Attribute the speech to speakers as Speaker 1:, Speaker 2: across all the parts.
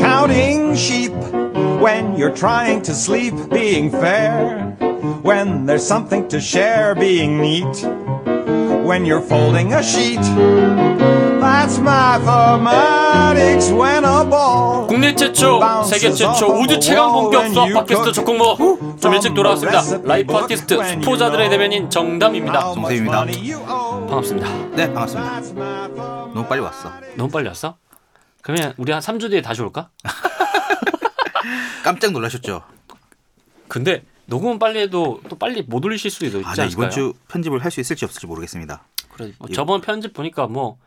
Speaker 1: Counting sheep when you're trying to sleep, being fair. When there's something to share, being neat. When you're folding a sheet. That's mathematics when a ball.
Speaker 2: 음,
Speaker 3: 국내 최초, 세계 최초, 우주 최강 본격 수업 팟캐스트
Speaker 2: 음,
Speaker 3: 조콩모 좀 일찍 돌아왔습니다. 라이프 아티스트 수포자들의 대변인
Speaker 2: 음,
Speaker 3: 정담입니다.
Speaker 2: 선생님입니다.
Speaker 3: 반갑습니다.
Speaker 2: 네 반갑습니다. 너무 빨리 왔어.
Speaker 3: 너무 빨리 왔어? 그러면 우리 한 3주 뒤에 다시 올까?
Speaker 2: 깜짝 놀라셨죠?
Speaker 3: 근데 녹음은 빨리 해도 또 빨리 못 올리실 수도 있지
Speaker 2: 아,
Speaker 3: 않을까요?
Speaker 2: 네, 이번 주 편집을 할 수 있을지 없을지 모르겠습니다.
Speaker 3: 그래, 뭐 저번 편집 보니까 뭐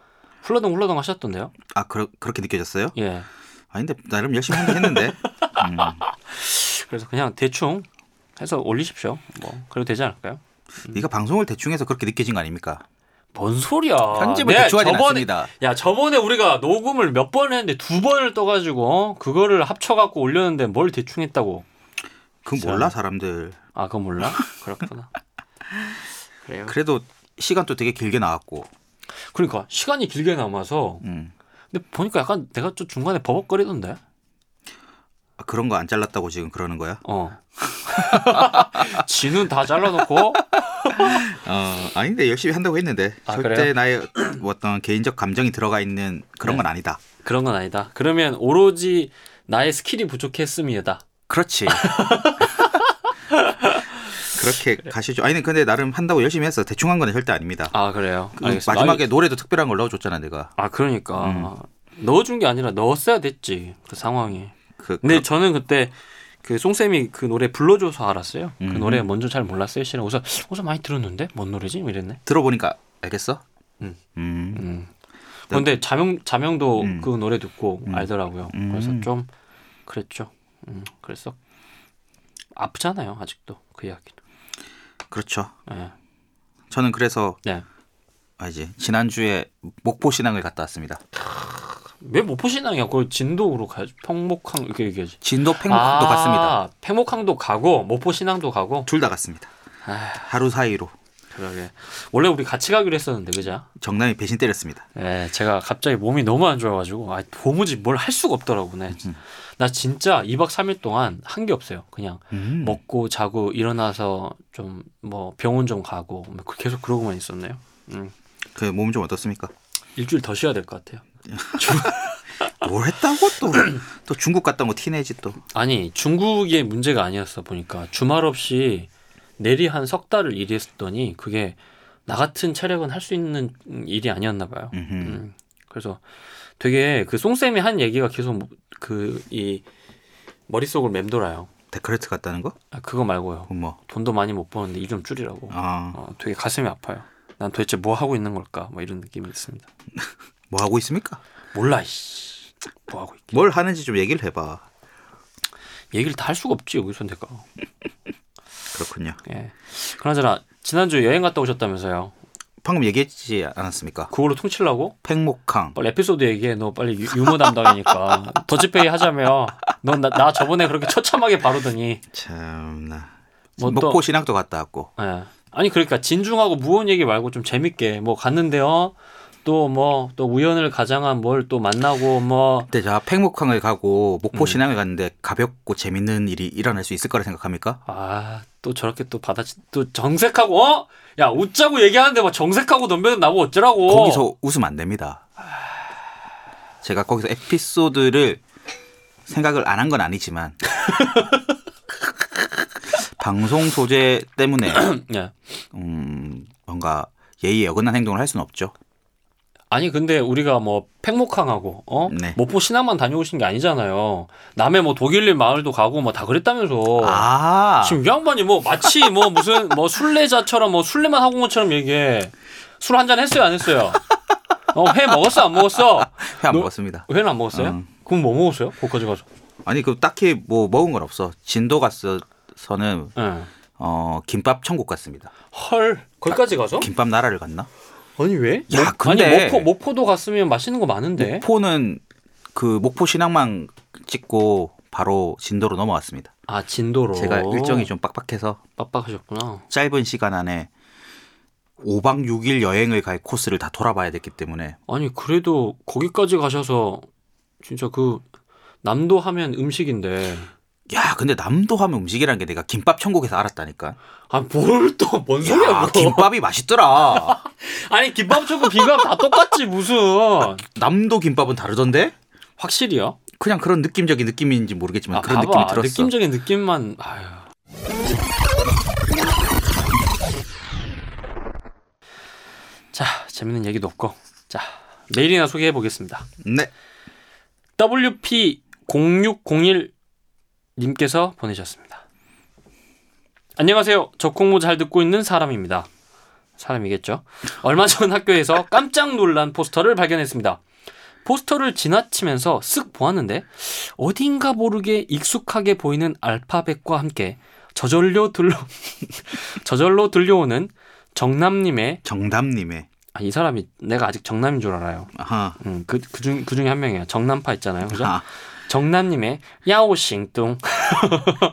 Speaker 3: 훌러덩 훌러덩 하셨던데요?
Speaker 2: 아 그러, 그렇게 느껴졌어요?
Speaker 3: 예.
Speaker 2: 아닌데 나름 열심히 하긴 했는데 음,
Speaker 3: 그래서 그냥 대충 해서 올리십시오. 뭐 그래도 되지 않을까요?
Speaker 2: 네가 방송을 대충해서 그렇게 느껴진 거 아닙니까?
Speaker 3: 뭔 소리야?
Speaker 2: 편집을
Speaker 3: 내가
Speaker 2: 대충 하진
Speaker 3: 저번에-
Speaker 2: 않습니다.
Speaker 3: 야 저번에 우리가 녹음을 몇 번 했는데 두 번을 떠가지고 어? 그거를 합쳐갖고 올렸는데 뭘 대충 했다고?
Speaker 2: 그 몰라 사람들.
Speaker 3: 아 그건 몰라? 그렇구나. 그래요.
Speaker 2: 그래도 시간도 되게 길게 나왔고.
Speaker 3: 그러니까 시간이 길게 남아서
Speaker 2: 음.
Speaker 3: 근데 보니까 약간 내가 좀 중간에 버벅거리던데.
Speaker 2: 아, 그런 거 안 잘랐다고 지금 그러는 거야?
Speaker 3: 어. 지는 다 잘라놓고
Speaker 2: 어, 아닌데 열심히 한다고 했는데
Speaker 3: 아,
Speaker 2: 절대
Speaker 3: 그래요?
Speaker 2: 나의 뭐 어떤 개인적 감정이 들어가 있는 그런 건 아니다.
Speaker 3: 그런 건 아니다. 그러면 오로지 나의 스킬이 부족했음이다.
Speaker 2: 그렇지. 그렇게 가시죠. 아니 근데 나름 한다고 열심히 했어. 대충 한 건 절대 아닙니다.
Speaker 3: 아 그래요.
Speaker 2: 그
Speaker 3: 알겠습니다.
Speaker 2: 마지막에 노래도 특별한 걸 넣어줬잖아 내가.
Speaker 3: 아 그러니까
Speaker 2: 음.
Speaker 3: 넣어준 게 아니라 넣었어야 됐지 그 상황이.
Speaker 2: 그,
Speaker 3: 근데 저는 그때 그 송쌤이 그 노래 불러줘서 알았어요. 그
Speaker 2: 음.
Speaker 3: 노래 먼저 잘 몰랐어요. 실은 우선 우선 많이 들었는데 뭔 노래지? 뭐 이랬네.
Speaker 2: 들어보니까 알겠어.
Speaker 3: 음.
Speaker 2: 음.
Speaker 3: 음. 근데 자명 자명도
Speaker 2: 음.
Speaker 3: 그 노래 듣고 알더라고요.
Speaker 2: 음.
Speaker 3: 그래서 좀 그랬죠. 음, 그래서 아프잖아요. 아직도 그 이야기는.
Speaker 2: 그렇죠.
Speaker 3: 예.
Speaker 2: 저는 그래서 아,
Speaker 3: 네.
Speaker 2: 알지 지난 주에 목포 신앙을 갔다 왔습니다.
Speaker 3: 왜못 보시나요? 그 진도로 가야지. 평목항 이렇게 얘기하지.
Speaker 2: 진도 팽목도
Speaker 3: 아,
Speaker 2: 갔습니다.
Speaker 3: 팽목항도 가고 목포신항도 가고.
Speaker 2: 둘 다 갔습니다.
Speaker 3: 아,
Speaker 2: 하루 사이로
Speaker 3: 그러게. 원래 우리 같이 가기로 했었는데 그죠?
Speaker 2: 정남이 배신 때렸습니다.
Speaker 3: 예, 제가 갑자기 몸이 너무 안 좋아가지고 아, 도무지 뭘 할 수가 없더라고 나. 나 진짜 2박 3일 동안 한 게 없어요. 그냥
Speaker 2: 음.
Speaker 3: 먹고 자고 일어나서 좀 뭐 병원 좀 가고 뭐 그- 계속 그러고만 있었네요. 음,
Speaker 2: 그 몸 좀 어떻습니까?
Speaker 3: 일주일 더 쉬어야 될 것 같아요.
Speaker 2: 뭘 했다고 또 또 중국 갔다 온거 티내지 또.
Speaker 3: 아니 중국의 문제가 아니었어 보니까 주말 없이 내리 한 석 달을 일했더니 그게 나 같은 체력은 할 수 있는 일이 아니었나 봐요.
Speaker 2: 음흠.
Speaker 3: 음. 그래서 되게 그 송쌤이 한 얘기가 계속 그 이 머릿속을 맴돌아요.
Speaker 2: 데크레트 갔다는 거?
Speaker 3: 아, 그거 말고요.
Speaker 2: 그건 뭐.
Speaker 3: 돈도 많이 못 버는데 일 좀 줄이라고.
Speaker 2: 아,
Speaker 3: 어, 되게 가슴이 아파요. 난 도대체 뭐 하고 있는 걸까? 뭐 이런 느낌이 있습니다.
Speaker 2: 뭐 하고 있습니까?
Speaker 3: 몰라 이씨. 뭐 하고 있긴.
Speaker 2: 뭘 하는지 좀 얘기를 해봐.
Speaker 3: 얘기를 다 할 수가 없지 여기서 내가.
Speaker 2: 그렇군요.
Speaker 3: 예. 그나저나 지난주 여행 갔다 오셨다면서요.
Speaker 2: 방금 얘기했지 않았습니까?
Speaker 3: 그걸로 퉁치려고?
Speaker 2: 팽목항.
Speaker 3: 빨리 에피소드 얘기해. 너 빨리 유- 유머 담당이니까. 더치페이 하자며. 넌 나 저번에 그렇게 처참하게 바르더니.
Speaker 2: 참나.
Speaker 3: 뭐 또-
Speaker 2: 목포 신학도 갔다 왔고.
Speaker 3: 예. 아니 그러니까 진중하고 무언 얘기 말고 좀 재밌게 뭐 갔는데요. 또 뭐 또 우연을 가장한 뭘 또 만나고 뭐
Speaker 2: 근데 자 팽목항을
Speaker 3: 음.
Speaker 2: 가고 목포 신항을 갔는데 가볍고 재밌는 일이 일어날 수 있을 거라 생각합니까?
Speaker 3: 아, 또 저렇게 또 받아, 또 정색하고, 어? 야, 웃자고 얘기하는데 막 정색하고 덤벼는 나보고 어쩌라고.
Speaker 2: 거기서 웃으면 안 됩니다. 제가 거기서 에피소드를 생각을 안 한 건 아니지만 방송 소재 때문에
Speaker 3: 예.
Speaker 2: 음, 뭔가 예의에 어긋난 행동을 할 수는 없죠.
Speaker 3: 아니, 근데 우리가 뭐 팽목항하고, 어?
Speaker 2: 네.
Speaker 3: 목포 신항만 다녀오신 게 아니잖아요. 남해 뭐 독일린 마을도 가고 뭐 다 그랬다면서.
Speaker 2: 아,
Speaker 3: 지금 이 양반이 뭐 마치 뭐 무슨 뭐 순례자처럼 뭐 순례만 하고 온 것처럼 얘기해. 술 한 잔 했어요, 안 했어요? 어, 회 먹었어, 안 먹었어?
Speaker 2: 회 안
Speaker 3: 너-
Speaker 2: 먹었습니다.
Speaker 3: 회는 안 먹었어요?
Speaker 2: 음.
Speaker 3: 그럼 뭐 먹었어요? 거기까지 가서.
Speaker 2: 아니 그 딱히 뭐 먹은 건 없어. 진도 갔어서는
Speaker 3: 예.
Speaker 2: 어 김밥 천국 갔습니다.
Speaker 3: 헐, 거기까지 가서?
Speaker 2: 김밥 나라를 갔나?
Speaker 3: 아니 왜?
Speaker 2: 야, 근데- 네.
Speaker 3: 아니 목포 목포도 갔으면 맛있는 거 많은데.
Speaker 2: 목포는 그 목포 신항만 찍고 바로 진도로 넘어왔습니다.
Speaker 3: 아 진도로.
Speaker 2: 제가 일정이 좀 빡빡해서
Speaker 3: 빡빡하셨구나.
Speaker 2: 짧은 시간 안에 5박 6일 여행을 갈 코스를 다 돌아봐야 됐기 때문에
Speaker 3: 아니 그래도 거기까지 가셔서 진짜 그 남도 하면 음식인데
Speaker 2: 야 근데 남도 하면 음식이라는 게 내가 김밥 천국에서 알았다니까
Speaker 3: 아 뭘 또 뭔 소리야
Speaker 2: 야
Speaker 3: 뭐.
Speaker 2: 김밥이 맛있더라
Speaker 3: 아니 김밥 초코 비빔밥 다 똑같지 무슨
Speaker 2: 남도 김밥은 다르던데
Speaker 3: 확실히요? 아,
Speaker 2: 그냥 그런 느낌적인 느낌인지 모르겠지만 네, 그런 느낌이 들었어
Speaker 3: 느낌적인 느낌만 아휴. 자 재밌는 얘기도 없고 자 메일이나 소개해 보겠습니다.
Speaker 2: 네
Speaker 3: WP0601 님께서 보내셨습니다. 안녕하세요. 적콩모 잘 듣고 있는 사람입니다. 사람이겠죠? 얼마 전 학교에서 깜짝 놀란 포스터를 발견했습니다. 포스터를 지나치면서 쓱 보았는데 어딘가 모르게 익숙하게 보이는 알파벳과 함께 저절로 들려 저절로 들려오는 정남님의
Speaker 2: 정담님의
Speaker 3: 아, 이 사람이 내가 아직 정남인 줄 알아요.
Speaker 2: 아하
Speaker 3: 음, 그, 그, 중, 그 중에 한 명이에요. 정남파 있잖아요. 그죠?
Speaker 2: 아,
Speaker 3: 정남님의 야오싱뚱,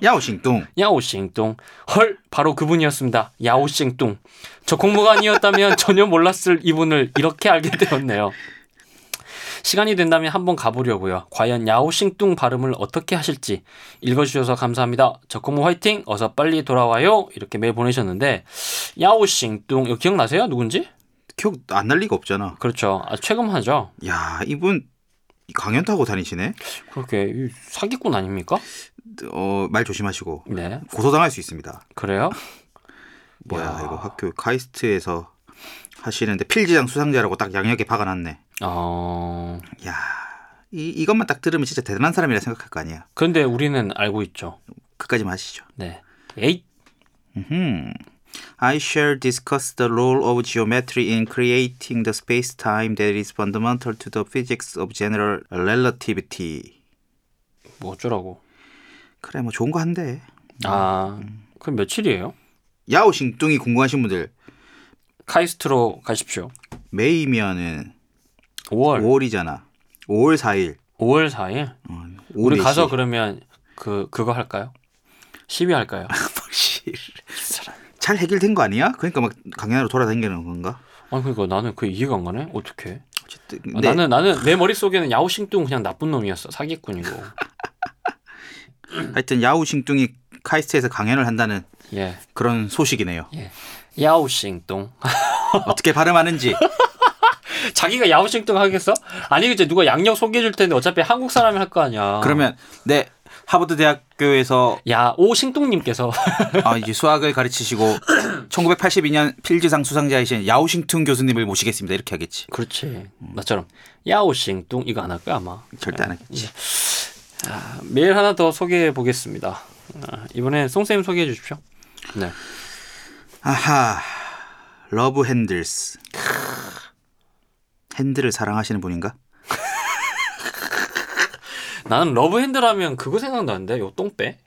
Speaker 2: 야오싱뚱
Speaker 3: 야오싱뚱. 헐, 바로 그분이었습니다. 야오싱뚱. 저 공부가 아니었다면 전혀 몰랐을 이분을 이렇게 알게 되었네요. 시간이 된다면 한번 가보려고요. 과연 야오싱뚱 발음을 어떻게 하실지 읽어주셔서 감사합니다. 적공무 화이팅! 어서 빨리 돌아와요! 이렇게 메일 보내셨는데 야오싱뚱 이거 기억나세요? 누군지?
Speaker 2: 기억 안 날 리가 없잖아
Speaker 3: 그렇죠. 아, 최근 하죠.
Speaker 2: 야 이분 강연 타고 다니시네
Speaker 3: 그렇게 이 사기꾼 아닙니까?
Speaker 2: 어, 말 조심하시고
Speaker 3: 네.
Speaker 2: 고소당할 수 있습니다
Speaker 3: 그래요?
Speaker 2: 뭐야
Speaker 3: 야.
Speaker 2: 이거 학교 카이스트에서 하시는데 필지장 수상자라고 딱 양력에 박아놨네
Speaker 3: 어...
Speaker 2: 야 이, 이것만 딱 들으면 진짜 대단한 사람이라 생각할 거 아니야
Speaker 3: 근데 우리는 알고 있죠.
Speaker 2: 그까지 마시죠
Speaker 3: 네. 에이,
Speaker 2: 음. I shall discuss the role of geometry in creating the space-time that is fundamental to the physics of general relativity.
Speaker 3: 뭐 어쩌라고.
Speaker 2: 그래 뭐 좋은 거 한데.
Speaker 3: 아, 그럼 며칠이에요?
Speaker 2: 야오싱뚱이 궁금하신 분들
Speaker 3: 카이스트로 가십시오.
Speaker 2: 메이면은
Speaker 3: 5월,
Speaker 2: 5월이잖아. 5월 4일. 어,
Speaker 3: 5, 월 4일. 우리 가서 그러면 그 그거 할까요? 시위 할까요?
Speaker 2: 잘 해결된 거 아니야? 그러니까 막 강연으로 돌아다니는 건가?
Speaker 3: 아니 그러니까 나는 그게 이해가 안 가네. 어떻게?
Speaker 2: 어쨌든
Speaker 3: 아,
Speaker 2: 네.
Speaker 3: 나는 나는 내 머릿속에는 야오싱뚱 그냥 나쁜 놈이었어. 사기꾼이고.
Speaker 2: 하여튼 야오싱뚱이 카이스트에서 강연을 한다는
Speaker 3: 예.
Speaker 2: 그런 소식이네요.
Speaker 3: 야오싱뚱.
Speaker 2: 어떻게 발음하는지
Speaker 3: 자기가 야오싱뚱 하겠어? 아니 이제 누가 양력 소개해 줄 텐데 어차피 한국 사람이 할 거 아니야.
Speaker 2: 그러면 네 하버드 대학교에서
Speaker 3: 야오싱뚱님께서
Speaker 2: 아, 이제 수학을 가르치시고 1982년 필즈상 수상자이신 야오싱턴 교수님을 모시겠습니다. 이렇게 하겠지.
Speaker 3: 그렇지.
Speaker 2: 음.
Speaker 3: 나처럼 야오싱뚱 이거 안 할까 아마.
Speaker 2: 절대 안 하겠지.
Speaker 3: 메일 하나 더 소개해 보겠습니다. 아, 이번에 송쌤 소개해 주십시오. 네.
Speaker 2: 아하. 러브 핸들스. 핸들을 사랑하시는 분인가?
Speaker 3: 나는 러브 핸들 하면 그거 생각나는데 요 똥배.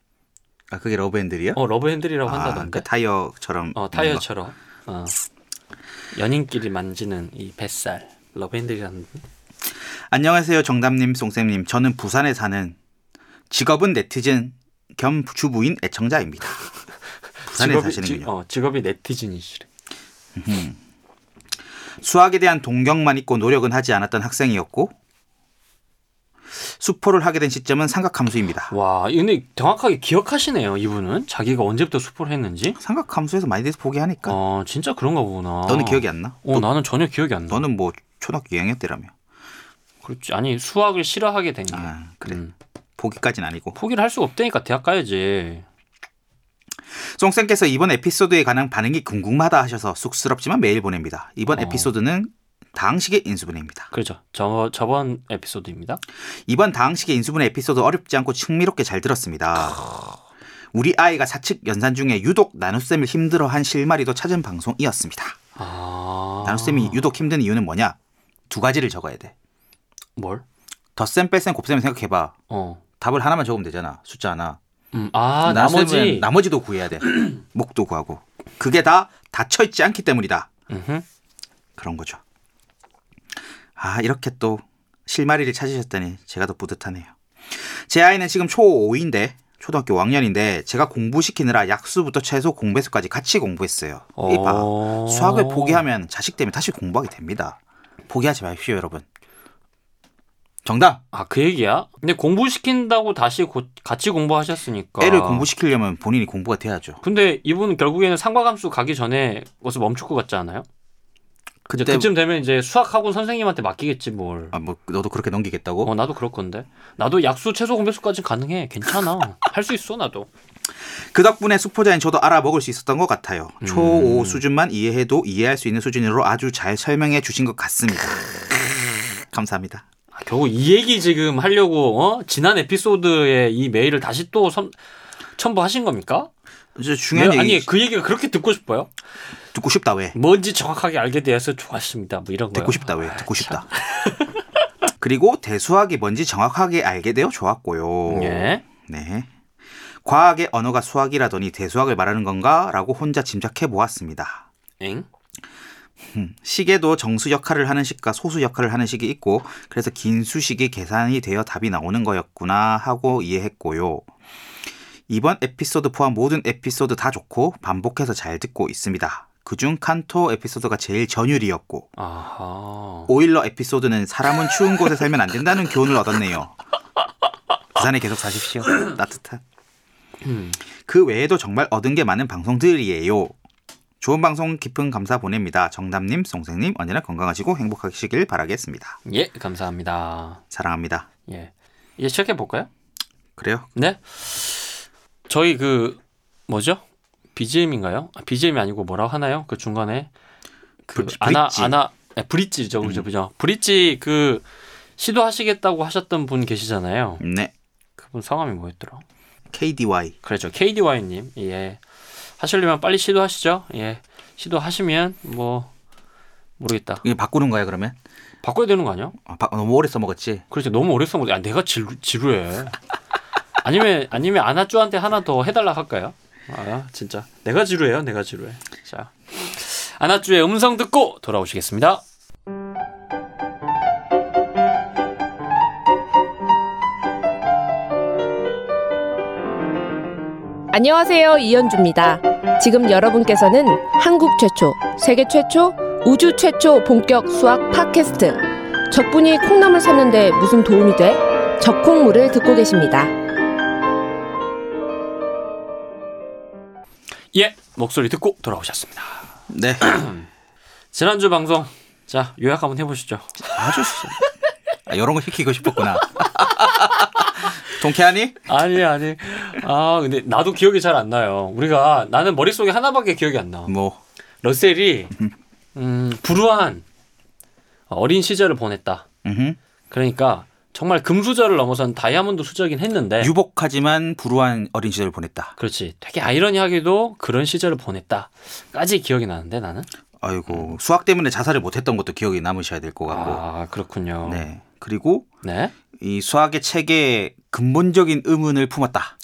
Speaker 2: 아, 그게 러브 핸들이야?
Speaker 3: 어 러브 핸들이라고
Speaker 2: 아,
Speaker 3: 한다던데.
Speaker 2: 그 타이어처럼.
Speaker 3: 어 타이어처럼. 어. 연인끼리 만지는 이 뱃살. 러브 핸들이라는.
Speaker 2: 안녕하세요. 정담님, 송쌤님. 저는 부산에 사는 직업은 네티즌 겸 주부인 애청자입니다. 부산에 사시는군요.
Speaker 3: 지- 어 직업이 네티즌이시래.
Speaker 2: 수학에 대한 동경만 있고 노력은 하지 않았던 학생이었고 수포를 하게 된 시점은 삼각함수입니다.
Speaker 3: 와 근데 정확하게 기억하시네요 이분은 자기가 언제부터 수포를 했는지.
Speaker 2: 삼각함수에서 많이 돼서 포기하니까
Speaker 3: 어 진짜 그런가 보구나.
Speaker 2: 그러니까. 너는 기억이 안 나?
Speaker 3: 어 나는 전혀 기억이 안 나.
Speaker 2: 너는 뭐 초등학교 2학년 때라며.
Speaker 3: 그렇지. 아니 수학을 싫어하게 된 게.
Speaker 2: 아 그래
Speaker 3: 음.
Speaker 2: 포기까진 아니고.
Speaker 3: 포기를 할 수가 없다니까 대학 가야지.
Speaker 2: 송쌤께서 이번 에피소드에 관한 반응이 궁금하다 하셔서 쑥스럽지만 메일 보냅니다. 이번
Speaker 3: 어.
Speaker 2: 에피소드는 다항식의 인수분해입니다.
Speaker 3: 그렇죠. 저, 저번 에피소드입니다.
Speaker 2: 이번 다항식의 인수분해 에피소드 어렵지 않고 흥미롭게 잘 들었습니다. 우리 아이가 사측 연산 중에 유독 나눗셈을 힘들어한 실마리도 찾은 방송이었습니다.
Speaker 3: 아.
Speaker 2: 나눗셈이 유독 힘든 이유는 뭐냐? 두 가지를 적어야 돼.
Speaker 3: 뭘?
Speaker 2: 덧셈, 뺄셈, 곱셈 생각해봐.
Speaker 3: 어.
Speaker 2: 답을 하나만 적으면 되잖아. 숫자 하나.
Speaker 3: 음, 아,
Speaker 2: 나눗셈은
Speaker 3: 나머지.
Speaker 2: 나머지도 구해야 돼. 목도 구하고. 그게 다 닫혀있지 않기 때문이다.
Speaker 3: 음흠.
Speaker 2: 그런 거죠. 아 이렇게 또 실마리를 찾으셨다니 제가 더 뿌듯하네요. 제 아이는 지금 초 5인데 초등학교 5학년인데 제가 공부시키느라 약수부터 최소 공배수까지 같이 공부했어요. 이봐.
Speaker 3: 어.
Speaker 2: 수학을 포기하면 자식 때문에 다시 공부하게 됩니다. 포기하지 마십시오, 여러분. 정답.
Speaker 3: 아, 그 얘기야? 근데 공부시킨다고 다시 고- 같이 공부하셨으니까.
Speaker 2: 애를 공부시키려면 본인이 공부가 돼야죠.
Speaker 3: 근데 이분 결국에는 상과감수 가기 전에 것을 멈출 것 같지 않아요? 이제 그쯤 되면 이제 수학학원 선생님한테 맡기겠지 뭘.
Speaker 2: 아, 뭐 너도 그렇게 넘기겠다고?
Speaker 3: 어, 나도 그럴 건데. 나도 약수 최소 공배수까지 가능해. 괜찮아. 할 수 있어, 나도.
Speaker 2: 그 덕분에 수포자인 저도 알아먹을 수 있었던 것 같아요. 초5 수준만 이해해도 이해할 수 있는 수준으로 아주 잘 설명해 주신 것 같습니다. 감사합니다.
Speaker 3: 아, 결국 이 얘기 지금 하려고 어? 지난 에피소드에 이 메일을 다시 또 선- 첨부하신 겁니까?
Speaker 2: 이제 중요한
Speaker 3: 네,
Speaker 2: 얘기
Speaker 3: 아니 그 얘기가 그렇게 듣고 싶어요?
Speaker 2: 듣고 싶다 왜?
Speaker 3: 뭔지 정확하게 알게 되어서 좋았습니다. 뭐 이런 거요.
Speaker 2: 듣고 싶다 왜? 듣고 싶다. 네. 아, 그리고 대수학이 뭔지 정확하게 알게 되어 좋았고요.
Speaker 3: 예.
Speaker 2: 네. 과학의 언어가 수학이라더니 대수학을 말하는 건가라고 혼자 짐작해 보았습니다.
Speaker 3: 엥?
Speaker 2: 시계도 정수 역할을 하는 식과 소수 역할을 하는 식이 있고 그래서 긴 수식이 계산이 되어 답이 나오는 거였구나 하고 이해했고요. 이번 에피소드 포함 모든 에피소드 다 좋고 반복해서 잘 듣고 있습니다. 그중 칸토 에피소드가 제일 전율이었고
Speaker 3: 아하.
Speaker 2: 오일러 에피소드는 사람은 추운 곳에 살면 안 된다는 교훈을 얻었네요. 부산에 계속 사십시오. 따뜻한.
Speaker 3: 음.
Speaker 2: 그 외에도 정말 얻은 게 많은 방송들이에요. 좋은 방송 깊은 감사 보냅니다. 정담님, 송생님 언제나 건강하시고 행복하시길 바라겠습니다.
Speaker 3: 예, 감사합니다.
Speaker 2: 사랑합니다.
Speaker 3: 예. 이제 시작해 볼까요?
Speaker 2: 그래요?
Speaker 3: 네. 저희 그 뭐죠? BGM인가요? BGM이 아니고 뭐라고 하나요? 그 중간에 그
Speaker 2: 브릿지. 음.
Speaker 3: 아나 아나 네, 브릿지죠, 그죠, 그죠. 브릿지 그 시도하시겠다고 하셨던 분 계시잖아요.
Speaker 2: 네.
Speaker 3: 그분 성함이 뭐였더라?
Speaker 2: KDY.
Speaker 3: 그렇죠. KDY님. 예. 하시려면 빨리 시도하시죠. 예. 시도하시면 뭐 모르겠다.
Speaker 2: 이게 바꾸는 거야 그러면?
Speaker 3: 바꿔야 되는 거 아니야?
Speaker 2: 아, 바- 너무 오래 써먹었지?
Speaker 3: 그렇지. 너무 오래 써먹어. 야, 아, 내가 지루, 지루해. 아니면 아니면 아나쭈한테 하나 더 해달라 할까요? 아 진짜 내가 지루해요. 내가 지루해. 자 아나쭈의 음성 듣고 돌아오시겠습니다.
Speaker 4: 안녕하세요. 이현주입니다. 지금 여러분께서는 한국 최초, 세계 최초, 우주 최초 본격 수학 팟캐스트. 적분이 콩나물 샀는데 무슨 도움이 돼? 적콩물을 듣고 계십니다.
Speaker 3: 예 목소리 듣고 돌아오셨습니다.
Speaker 2: 네.
Speaker 3: 지난주 방송 자 요약 한번 해보시죠.
Speaker 2: 아주 씨- 아, 이런 거 시키고 싶었구나. 동쾌하니?
Speaker 3: 아니 아니 아 근데 나도 기억이 잘 안 나요. 우리가 나는 머릿속에 하나밖에 기억이 안 나.
Speaker 2: 뭐
Speaker 3: 러셀이 음 불우한 어린 시절을 보냈다.
Speaker 2: 음흠.
Speaker 3: 그러니까 정말 금수저를 넘어선 다이아몬드 수저긴 했는데
Speaker 2: 네. 유복하지만 불우한 어린 시절을 보냈다.
Speaker 3: 그렇지 되게 아이러니하게도 그런 시절을 보냈다까지 기억이 나는데 나는
Speaker 2: 아이고 수학 때문에 자살을 못했던 것도 기억이 남으셔야 될 것 같고.
Speaker 3: 아 그렇군요 네,
Speaker 2: 뭐. 네. 그리고 이 수학의 체계에 근본적인 의문을 품었다.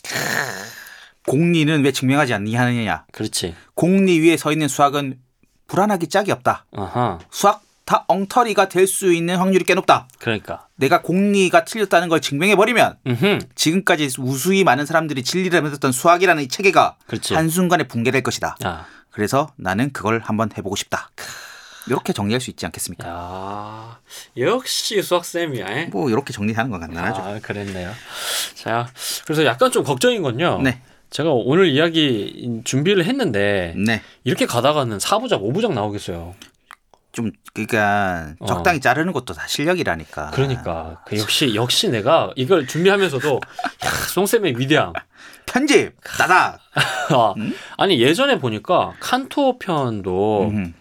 Speaker 2: 공리는 왜 증명하지 않니 하느냐.
Speaker 3: 그렇지
Speaker 2: 공리 위에 서 있는 수학은 불안하기 짝이 없다.
Speaker 3: 아하
Speaker 2: 수학 다 엉터리가 될 수 있는 확률이 꽤 높다.
Speaker 3: 그러니까
Speaker 2: 내가 공리가 틀렸다는 걸 증명해 버리면
Speaker 3: 음
Speaker 2: 지금까지 우수히 많은 사람들이 진리를 믿었던 수학이라는 이 체계가
Speaker 3: 그렇지.
Speaker 2: 한순간에 붕괴될 것이다.
Speaker 3: 아
Speaker 2: 그래서 나는 그걸 한번 해보고 싶다. 이렇게 정리할 수 있지 않겠습니까?
Speaker 3: 야, 역시 수학쌤이야 에?
Speaker 2: 뭐 이렇게 정리하는 건 간단하죠.
Speaker 3: 아 그랬네요 자 그래서 약간 좀 걱정인 건요
Speaker 2: 네,
Speaker 3: 제가 오늘 이야기 준비를 했는데
Speaker 2: 네,
Speaker 3: 이렇게 가다가는 4부작 5부작 나오겠어요
Speaker 2: 좀 그러니까
Speaker 3: 어.
Speaker 2: 적당히 자르는 것도 다 실력이라니까.
Speaker 3: 그러니까 그 역시 역시 내가 이걸 준비하면서도 야, 송쌤의 위대함
Speaker 2: 편집 따다.
Speaker 3: 아, 아니 예전에 보니까 칸토 편도
Speaker 2: 음,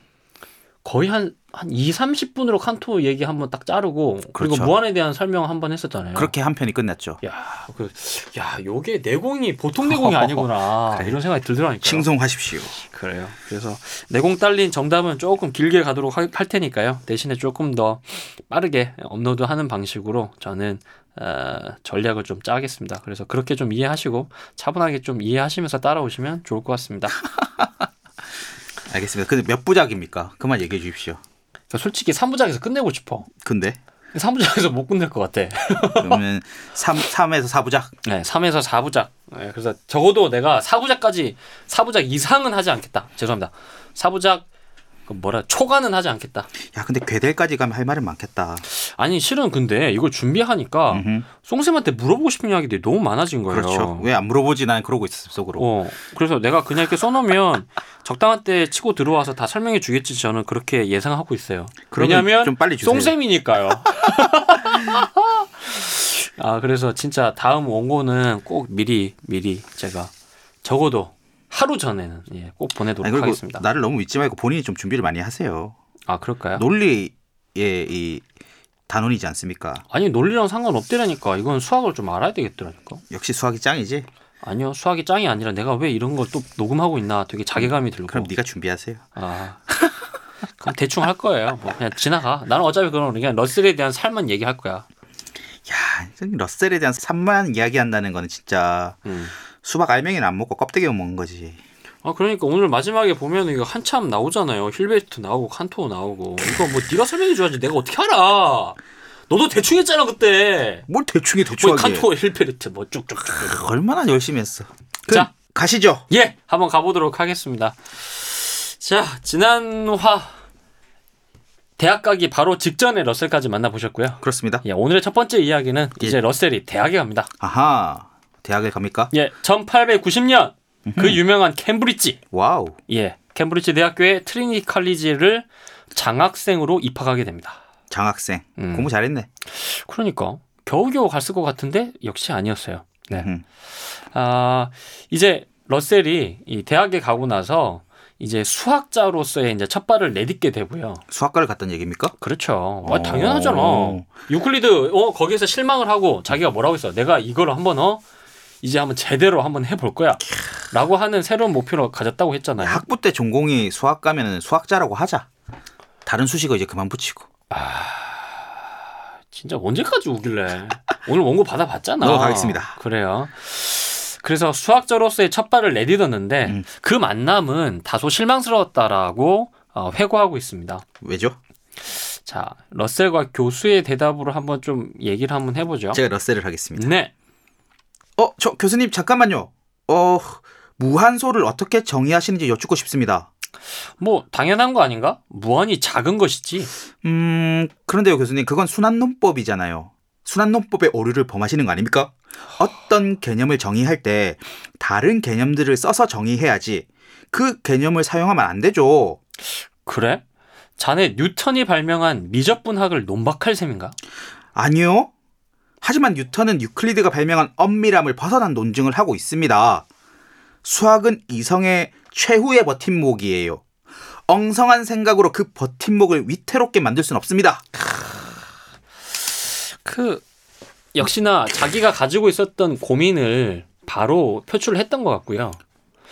Speaker 3: 거의 한, 한 2, 30분으로 칸토 얘기 한번 딱 자르고 그리고
Speaker 2: 그렇죠.
Speaker 3: 무한에 대한 설명 한번 했었잖아요.
Speaker 2: 그렇게 한 편이 끝났죠.
Speaker 3: 야, 그, 야, 요게 내공이 보통 내공이 아니구나.
Speaker 2: 그래.
Speaker 3: 이런 생각이 들더라니까요.
Speaker 2: 칭송하십시오.
Speaker 3: 그래요. 그래서 내공 딸린 정답은 조금 길게 가도록 할, 할 테니까요. 대신에 조금 더 빠르게 업로드하는 방식으로 저는 어, 전략을 좀 짜겠습니다. 그래서 그렇게 좀 이해하시고 차분하게 좀 이해하시면서 따라오시면 좋을 것 같습니다.
Speaker 2: 알겠습니다. 근데 몇 부작입니까? 그만 얘기해 주십시오.
Speaker 3: 그러니까 솔직히 3부작에서 끝내고 싶어.
Speaker 2: 근데
Speaker 3: 3부작에서 못 끝낼 것 같아.
Speaker 2: 그러면 3, 삼에서 4부작.
Speaker 3: 네, 3에서 4부작 예, 그래서 적어도 내가 사부작까지 사부작 이상은 하지 않겠다. 죄송합니다. 사부작 그 뭐라 초과는 하지 않겠다.
Speaker 2: 야, 근데 괴델까지 가면 할 말은 많겠다.
Speaker 3: 아니 실은 근데 이걸 준비하니까
Speaker 2: 음흠.
Speaker 3: 송쌤한테 물어보고 싶은 이야기들이 너무 많아진 거예요.
Speaker 2: 그렇죠. 왜 안 물어보지? 난 그러고 있었어, 속으로.
Speaker 3: 어, 그래서 내가 그냥 이렇게 써놓으면 적당한 때 치고 들어와서 다 설명해 주겠지 저는 그렇게 예상하고 있어요.
Speaker 2: 그러면
Speaker 3: 왜냐하면
Speaker 2: 좀 빨리 주세요.
Speaker 3: 송쌤이니까요. 아 그래서 진짜 다음 원고는 꼭 미리 미리 제가 적어도 하루 전에는 예, 꼭 보내도록
Speaker 2: 아니, 그리고
Speaker 3: 하겠습니다.
Speaker 2: 나를 너무 믿지 말고 본인이 좀 준비를 많이 하세요.
Speaker 3: 아 그럴까요?
Speaker 2: 논리의 이 단원이지 않습니까?
Speaker 3: 아니 논리랑 상관없대라니까 이건 수학을 좀 알아야 되겠더라니까.
Speaker 2: 역시 수학이 짱이지.
Speaker 3: 아니요 수학이 짱이 아니라 내가 왜 이런 걸 또 녹음하고 있나 되게 자괴감이 들고.
Speaker 2: 그럼 네가 준비하세요.
Speaker 3: 아. 그럼 대충 할 거예요. 뭐 그냥 지나가. 나는 어차피 그런 그냥 러셀에 대한 삶만 얘기할 거야.
Speaker 2: 야, 러셀에 대한 산만 이야기한다는 거는 진짜
Speaker 3: 음.
Speaker 2: 수박 알맹이는 안 먹고 껍데기만 먹는 거지.
Speaker 3: 아 그러니까 오늘 마지막에 보면 이거 한참 나오잖아요. 힐베스트 나오고 칸토 나오고 이거 뭐 네가 설명해 줘야지 내가 어떻게 알아? 너도 대충 했잖아 그때.
Speaker 2: 뭘 대충해
Speaker 3: 뭐
Speaker 2: 대충하게.
Speaker 3: 칸토 힐베르트 뭐 쭉쭉.
Speaker 2: 크, 얼마나 열심히 했어. 그럼
Speaker 3: 자.
Speaker 2: 가시죠.
Speaker 3: 예, 한번 가보도록 하겠습니다. 자 지난 화 대학 가기 바로 직전에 러셀까지 만나보셨고요.
Speaker 2: 그렇습니다.
Speaker 3: 예, 오늘의 첫 번째 이야기는
Speaker 2: 예.
Speaker 3: 이제 러셀이 대학에 갑니다.
Speaker 2: 아하. 대학에 갑니까?
Speaker 3: 예, 1890년 그 유명한 캠브리지,
Speaker 2: 와우.
Speaker 3: 예, 캠브리지 대학교의 트리니 칼리지를 장학생으로 입학하게 됩니다.
Speaker 2: 장학생.
Speaker 3: 음.
Speaker 2: 공부 잘했네.
Speaker 3: 그러니까 겨우겨우 갔을 것 같은데 역시 아니었어요. 네.
Speaker 2: 음.
Speaker 3: 아 이제 러셀이 이 대학에 가고 나서 이제 수학자로서의 이제 첫 발을 내딛게 되고요.
Speaker 2: 수학과를 갔단 얘기입니까?
Speaker 3: 그렇죠.
Speaker 2: 어.
Speaker 3: 아, 당연하잖아. 유클리드 어 거기에서 실망을 하고 자기가 뭐라고 했어? 내가 이걸 한번 어 이제 한번 제대로 한번 해볼 거야라고 하는 새로운 목표를 가졌다고 했잖아요.
Speaker 2: 학부 때 전공이 수학과면 수학자라고 하자. 다른 수식어 이제 그만 붙이고.
Speaker 3: 진짜 언제까지 우길래? 오늘 원고 받아봤잖아.
Speaker 2: 넘어가겠습니다.
Speaker 3: 그래요. 그래서 수학자로서의 첫 발을 내딛었는데
Speaker 2: 음.
Speaker 3: 그 만남은 다소 실망스러웠다라고 어, 회고하고 있습니다.
Speaker 2: 왜죠?
Speaker 3: 자, 러셀과 교수의 대답으로 한번 좀 얘기를 한번 해보죠.
Speaker 2: 제가 러셀을 하겠습니다.
Speaker 3: 네.
Speaker 2: 어, 저 교수님 잠깐만요. 어, 무한소를 어떻게 정의하시는지 여쭙고 싶습니다.
Speaker 3: 뭐 당연한 거 아닌가? 무한히 작은 것이지.
Speaker 2: 음, 그런데요, 교수님, 그건 순환론법이잖아요. 순환론법의 오류를 범하시는 거 아닙니까? 어떤 개념을 정의할 때 다른 개념들을 써서 정의해야지 그 개념을 사용하면 안 되죠.
Speaker 3: 그래? 자네 뉴턴이 발명한 미적분학을 논박할 셈인가?
Speaker 2: 아니요. 하지만 뉴턴은 유클리드가 발명한 엄밀함을 벗어난 논증을 하고 있습니다. 수학은 이성의 최후의 버팀목이에요. 엉성한 생각으로 그 버팀목을 위태롭게 만들 순 없습니다.
Speaker 3: 그 역시나 자기가 가지고 있었던 고민을 바로 표출을 했던 것 같고요.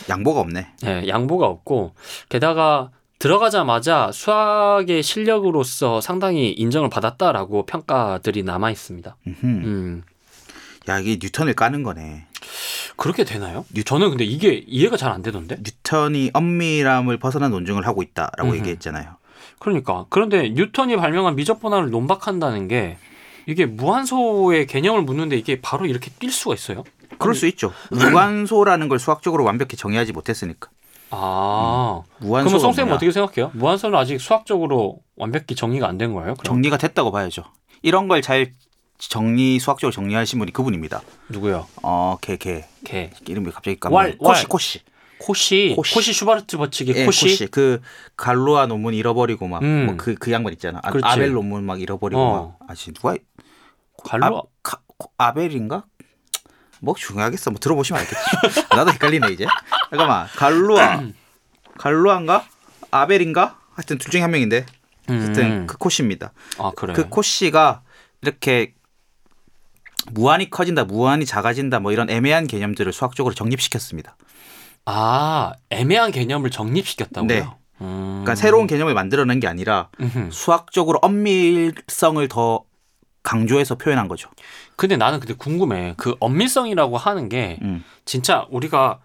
Speaker 2: 양보가 없네.
Speaker 3: 예, 양보가 없고 게다가 들어가자마자 수학의 실력으로서 상당히 인정을 받았다라고 평가들이 남아 있습니다.
Speaker 2: 음흠.
Speaker 3: 음,
Speaker 2: 야, 이게 뉴턴을 까는 거네.
Speaker 3: 그렇게 되나요? 저는 근데 이게 이해가 잘 안 되던데.
Speaker 2: 뉴턴이 엄밀함을 벗어난 논증을 하고 있다라고
Speaker 3: 음흠.
Speaker 2: 얘기했잖아요.
Speaker 3: 그러니까 그런데 뉴턴이 발명한 미적분화를 논박한다는 게 이게 무한소의 개념을 묻는데 이게 바로 이렇게 뛸 수가 있어요?
Speaker 2: 그럴 수 있죠.
Speaker 3: 음.
Speaker 2: 무한소라는 걸 수학적으로 완벽히 정의하지 못했으니까.
Speaker 3: 아,
Speaker 2: 음. 무한소.
Speaker 3: 그러면 송쌤 어떻게 생각해요? 무한소는 아직 수학적으로 완벽히 정의가 안 된 거예요? 그럼
Speaker 2: 정리가 됐다고 봐야죠. 이런 걸 잘 정리 수학적으로 정리하신 분이 그분입니다.
Speaker 3: 누구요?
Speaker 2: 어, 걔, 걔.
Speaker 3: 걔
Speaker 2: 이름이 갑자기
Speaker 3: 왈,
Speaker 2: 까먹네. 코시,
Speaker 3: 왈.
Speaker 2: 코시.
Speaker 3: 코시
Speaker 2: 코시.
Speaker 3: 코시, 슈바르트 버치기
Speaker 2: 예,
Speaker 3: 코시,
Speaker 2: 그 갈로아 논문 잃어버리고 막
Speaker 3: 음.
Speaker 2: 뭐 그, 그 양반 있잖아. 아,
Speaker 3: 그렇지.
Speaker 2: 아벨 논문 막 잃어버리고
Speaker 3: 어.
Speaker 2: 막. 아, 지 누가
Speaker 3: 갈로
Speaker 2: 아, 카- 코- 아벨인가? 뭐 중요하겠어. 뭐 들어보시면 알겠지. 나도 헷갈리네 이제. 잠깐만. 갈루아. 갈루아인가? 아벨인가? 하여튼 둘 중에 한 명인데. 하여튼
Speaker 3: 음.
Speaker 2: 그 코시입니다.
Speaker 3: 아 그래
Speaker 2: 그 코시가 이렇게 무한히 커진다, 무한히 작아진다, 뭐 이런 애매한 개념들을 수학적으로 정립시켰습니다.
Speaker 3: 아 애매한 개념을 정립시켰다고요?
Speaker 2: 네.
Speaker 3: 음.
Speaker 2: 그러니까 새로운 개념을 만들어낸 게 아니라
Speaker 3: 음흠.
Speaker 2: 수학적으로 엄밀성을 더 강조해서 표현한 거죠.
Speaker 3: 근데 나는 근데 궁금해. 그 엄밀성이라고 하는 게
Speaker 2: 음.
Speaker 3: 진짜 우리가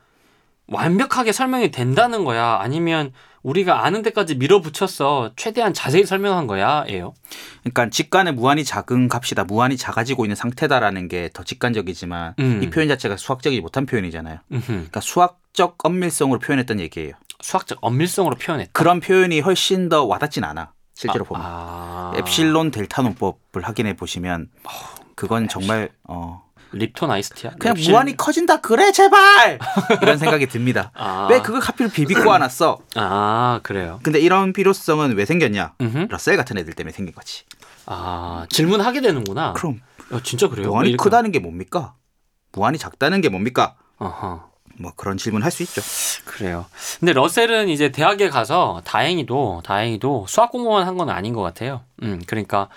Speaker 3: 완벽하게 설명이 된다는 거야? 아니면 우리가 아는 데까지 밀어붙여서 최대한 자세히 설명한 거야? 예요.
Speaker 2: 그러니까 직관에 무한히 작은 값이다, 무한히 작아지고 있는 상태다라는 게 더 직관적이지만
Speaker 3: 음.
Speaker 2: 이 표현 자체가 수학적이지 못한 표현이잖아요.
Speaker 3: 음흠.
Speaker 2: 그러니까 수학적 엄밀성으로 표현했다는 얘기예요.
Speaker 3: 수학적 엄밀성으로 표현했다.
Speaker 2: 그런 표현이 훨씬 더 와닿진 않아. 실제로 보면
Speaker 3: 아,
Speaker 2: 엡실론 델타 논법을 확인해 보시면 그건 정말 어
Speaker 3: 립톤 아이스티야?
Speaker 2: 그냥
Speaker 3: 립실-
Speaker 2: 무한히 커진다 그래 제발 이런 생각이 듭니다.
Speaker 3: 아.
Speaker 2: 왜 그걸 하필 비비고 안놨어
Speaker 3: 아 그래요.
Speaker 2: 근데 이런 필요성은 왜 생겼냐?
Speaker 3: 음흠.
Speaker 2: 러셀 같은 애들 때문에 생긴 거지.
Speaker 3: 아 질문하게 되는구나.
Speaker 2: 그럼
Speaker 3: 야, 진짜 아, 그래요? 뭐
Speaker 2: 무한히
Speaker 3: 이렇게-
Speaker 2: 크다는 게 뭡니까? 무한히 작다는 게 뭡니까?
Speaker 3: 어허.
Speaker 2: 뭐 그런 질문 할 수 있죠.
Speaker 3: 그래요. 근데 러셀은 이제 대학에 가서 다행히도 다행히도 수학 공부만 한 건 아닌 것 같아요. 음, 그러니까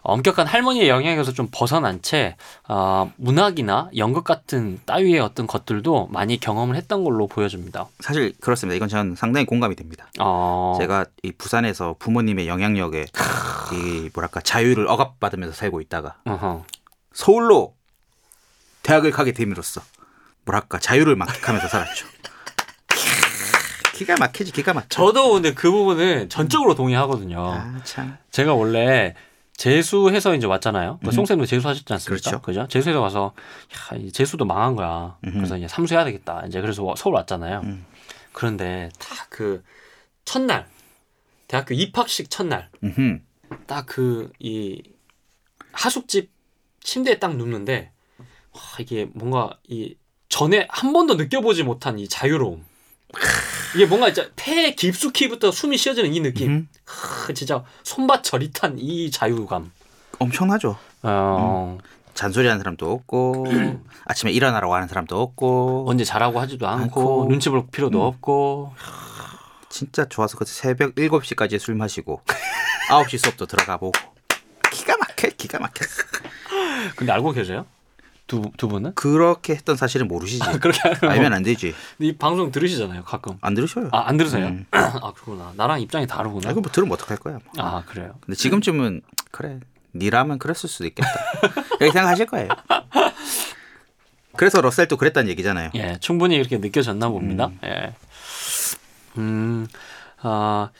Speaker 3: 엄격한 할머니의 영향에서 좀 벗어난 채 아, 문학이나 연극 같은 따위의 어떤 것들도 많이 경험을 했던 걸로 보여집니다.
Speaker 2: 사실 그렇습니다. 이건 저는 상당히 공감이 됩니다.
Speaker 3: 어,
Speaker 2: 제가 이 부산에서 부모님의 영향력에 이 뭐랄까 자유를 억압받으면서 살고 있다가
Speaker 3: 어허.
Speaker 2: 서울로 대학을 가게 됨으로써 뭐랄까 자유를 만끽하면서 살았죠. 기가 막히지 기가 막혀.
Speaker 3: 저도 어. 근데 그 부분은 전적으로 동의하거든요.
Speaker 2: 아 참.
Speaker 3: 제가 원래 재수해서 이제 왔잖아요. 그 송쌤도 재수하셨지 않습니까?
Speaker 2: 그렇죠.
Speaker 3: 그죠? 재수해서 와서 야, 이 재수도 망한 거야. 그래서 이제 삼수해야 되겠다. 이제 그래서 와- 서울 왔잖아요.
Speaker 2: 음.
Speaker 3: 그런데 딱 그 첫날 대학교 입학식 첫날
Speaker 2: 음흠.
Speaker 3: 딱 그 이 하숙집 침대에 딱 눕는데 와, 이게 뭔가 이 전에 한 번도 느껴보지 못한 이 자유로움. 이게 뭔가 진짜 폐 깊숙이부터 숨이 쉬어지는 이 느낌.
Speaker 2: 음.
Speaker 3: 크, 진짜 손밭 저릿한 이 자유감.
Speaker 2: 엄청나죠.
Speaker 3: 어,
Speaker 2: 잔소리하는 사람도 없고
Speaker 3: 음.
Speaker 2: 아침에 일어나라고 하는 사람도 없고
Speaker 3: 언제 자라고 하지도 않고
Speaker 2: 않고.
Speaker 3: 눈치 볼 필요도 없고
Speaker 2: 진짜 좋아서 그때 새벽 7시까지 술 마시고 9시 수업도 들어가 보고 기가 막혀 기가 막혀
Speaker 3: 근데 알고 계세요? 두, 두 분은?
Speaker 2: 그렇게 했던 사실은 모르시지
Speaker 3: 아, 그렇게 알면
Speaker 2: 알면 안 되지
Speaker 3: 이 방송 들으시잖아요 가끔
Speaker 2: 안 들으셔요
Speaker 3: 아 안 들으세요?
Speaker 2: 음.
Speaker 3: 아 그러구나 나랑 입장이 다르구나
Speaker 2: 아, 이거 뭐 들으면 어떡할 거야 뭐.
Speaker 3: 아 그래요
Speaker 2: 근데 지금쯤은 그래 니라면 그랬을 수도 있겠다 이렇게 생각하실 거예요 그래서 러셀도 그랬다는 얘기잖아요
Speaker 3: 예 충분히 이렇게 느껴졌나 봅니다 예 음, 아,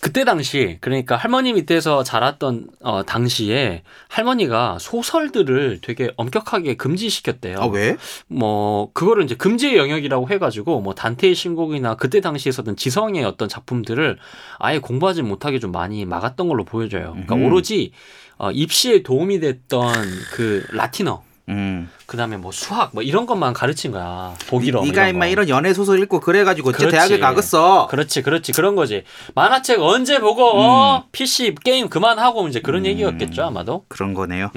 Speaker 3: 그때 당시 그러니까 할머니 밑에서 자랐던 어, 당시에 할머니가 소설들을 되게 엄격하게 금지시켰대요.
Speaker 2: 아 왜?
Speaker 3: 뭐 그거를 이제 금지의 영역이라고 해가지고 뭐 단테의 신곡이나 그때 당시에 있었던 지성의 어떤 작품들을 아예 공부하지 못하게 좀 많이 막았던 걸로 보여져요. 그러니까
Speaker 2: 음흠.
Speaker 3: 오로지 어, 입시에 도움이 됐던 그 라틴어
Speaker 2: 음.
Speaker 3: 그다음에 뭐 수학 뭐 이런 것만 가르친 거야 보기로.
Speaker 2: 니, 가
Speaker 3: 이런
Speaker 2: 임마
Speaker 3: 거.
Speaker 2: 이런 연애 소설 읽고 그래가지고 어째
Speaker 3: 그렇지.
Speaker 2: 대학을 가겠어
Speaker 3: 그렇지 그렇지 그런 거지 만화책 언제 보고
Speaker 2: 음.
Speaker 3: 어 PC 게임 그만하고 이제 그런 얘기였겠죠 아마도.
Speaker 2: 그런 거네요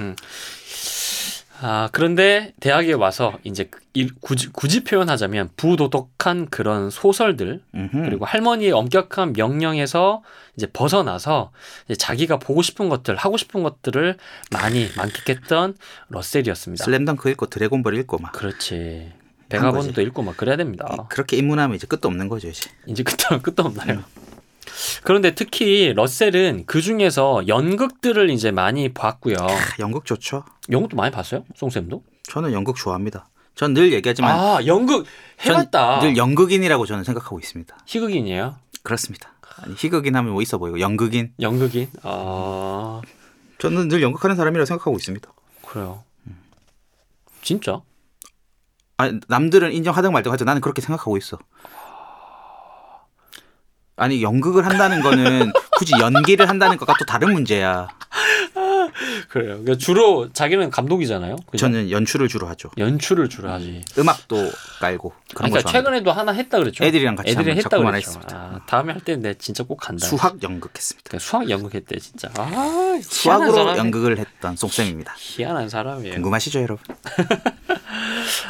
Speaker 3: 아, 그런데 대학에 와서 이제 그- 이- 굳이, 굳이 표현하자면 부도덕한 그런 소설들
Speaker 2: 음흠.
Speaker 3: 그리고 할머니의 엄격한 명령에서 이제 벗어나서 이제 자기가 보고 싶은 것들, 하고 싶은 것들을 많이 만끽했던 러셀이었습니다.
Speaker 2: 슬램덩크 읽고 드래곤볼 읽고 막
Speaker 3: 그렇지.
Speaker 2: 한 거지.
Speaker 3: 백악원도 읽고 막 그래야 됩니다.
Speaker 2: 그렇게 입문하면 이제 끝도 없는 거죠 이제. 음.
Speaker 3: 이제 끝도, 끝도 없나요? 그런데 특히 러셀은 그 중에서 연극들을 이제 많이 봤고요.
Speaker 2: 아, 연극 좋죠.
Speaker 3: 연극도 많이 봤어요? 송쌤도?
Speaker 2: 저는 연극 좋아합니다. 전 늘 얘기하지만
Speaker 3: 아, 연극 해봤다.
Speaker 2: 전 늘 연극인이라고 저는 생각하고 있습니다.
Speaker 3: 희극인이에요?
Speaker 2: 그렇습니다. 아니, 희극인 하면 뭐 있어 보이고 연극인.
Speaker 3: 연극인?
Speaker 2: 음.
Speaker 3: 아
Speaker 2: 저는 늘 연극하는 사람이라고 생각하고 있습니다.
Speaker 3: 그래요. 진짜?
Speaker 2: 아니, 남들은 인정하든 말든 하여튼 나는 그렇게 생각하고 있어. 아니 연극을 한다는 거는 굳이 연기를 한다는 것과 또 다른 문제야.
Speaker 3: 그래요. 그러니까 주로 자기는 감독이잖아요. 그죠?
Speaker 2: 저는 연출을 주로 하죠.
Speaker 3: 연출을 주로 하지.
Speaker 2: 음악도 깔고 그런
Speaker 3: 그러니까
Speaker 2: 거 좋아합니다.
Speaker 3: 최근에도 하나 했다 그랬죠.
Speaker 2: 애들이랑 같이
Speaker 3: 애들이
Speaker 2: 한번
Speaker 3: 했다
Speaker 2: 작품 하나
Speaker 3: 그랬죠.
Speaker 2: 했습니다.
Speaker 3: 아, 다음에 할 때는 내 진짜 꼭 간다.
Speaker 2: 수학 연극했습니다.
Speaker 3: 그러니까 수학 연극했대 진짜. 아, 희한한
Speaker 2: 수학으로
Speaker 3: 사람.
Speaker 2: 연극을 했던 송쌤입니다.
Speaker 3: 희한한 사람이에요.
Speaker 2: 궁금하시죠, 여러분?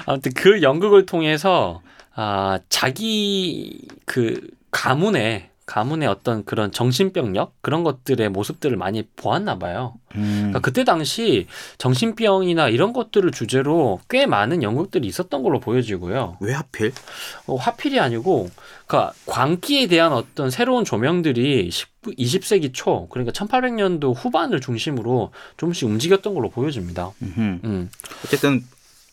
Speaker 3: 아무튼 그 연극을 통해서 아, 자기 그 가문의 가문의 어떤 그런 정신병력 그런 것들의 모습들을 많이 보았나 봐요.
Speaker 2: 음.
Speaker 3: 그때 당시 정신병이나 이런 것들을 주제로 꽤 많은 연극들이 있었던 걸로 보여지고요.
Speaker 2: 왜 하필?
Speaker 3: 어, 화필이 아니고, 그러니까 광기에 대한 어떤 새로운 조명들이 19, 20세기 초, 그러니까 1800년도 후반을 중심으로 조금씩 움직였던 걸로 보여집니다. 음.
Speaker 2: 어쨌든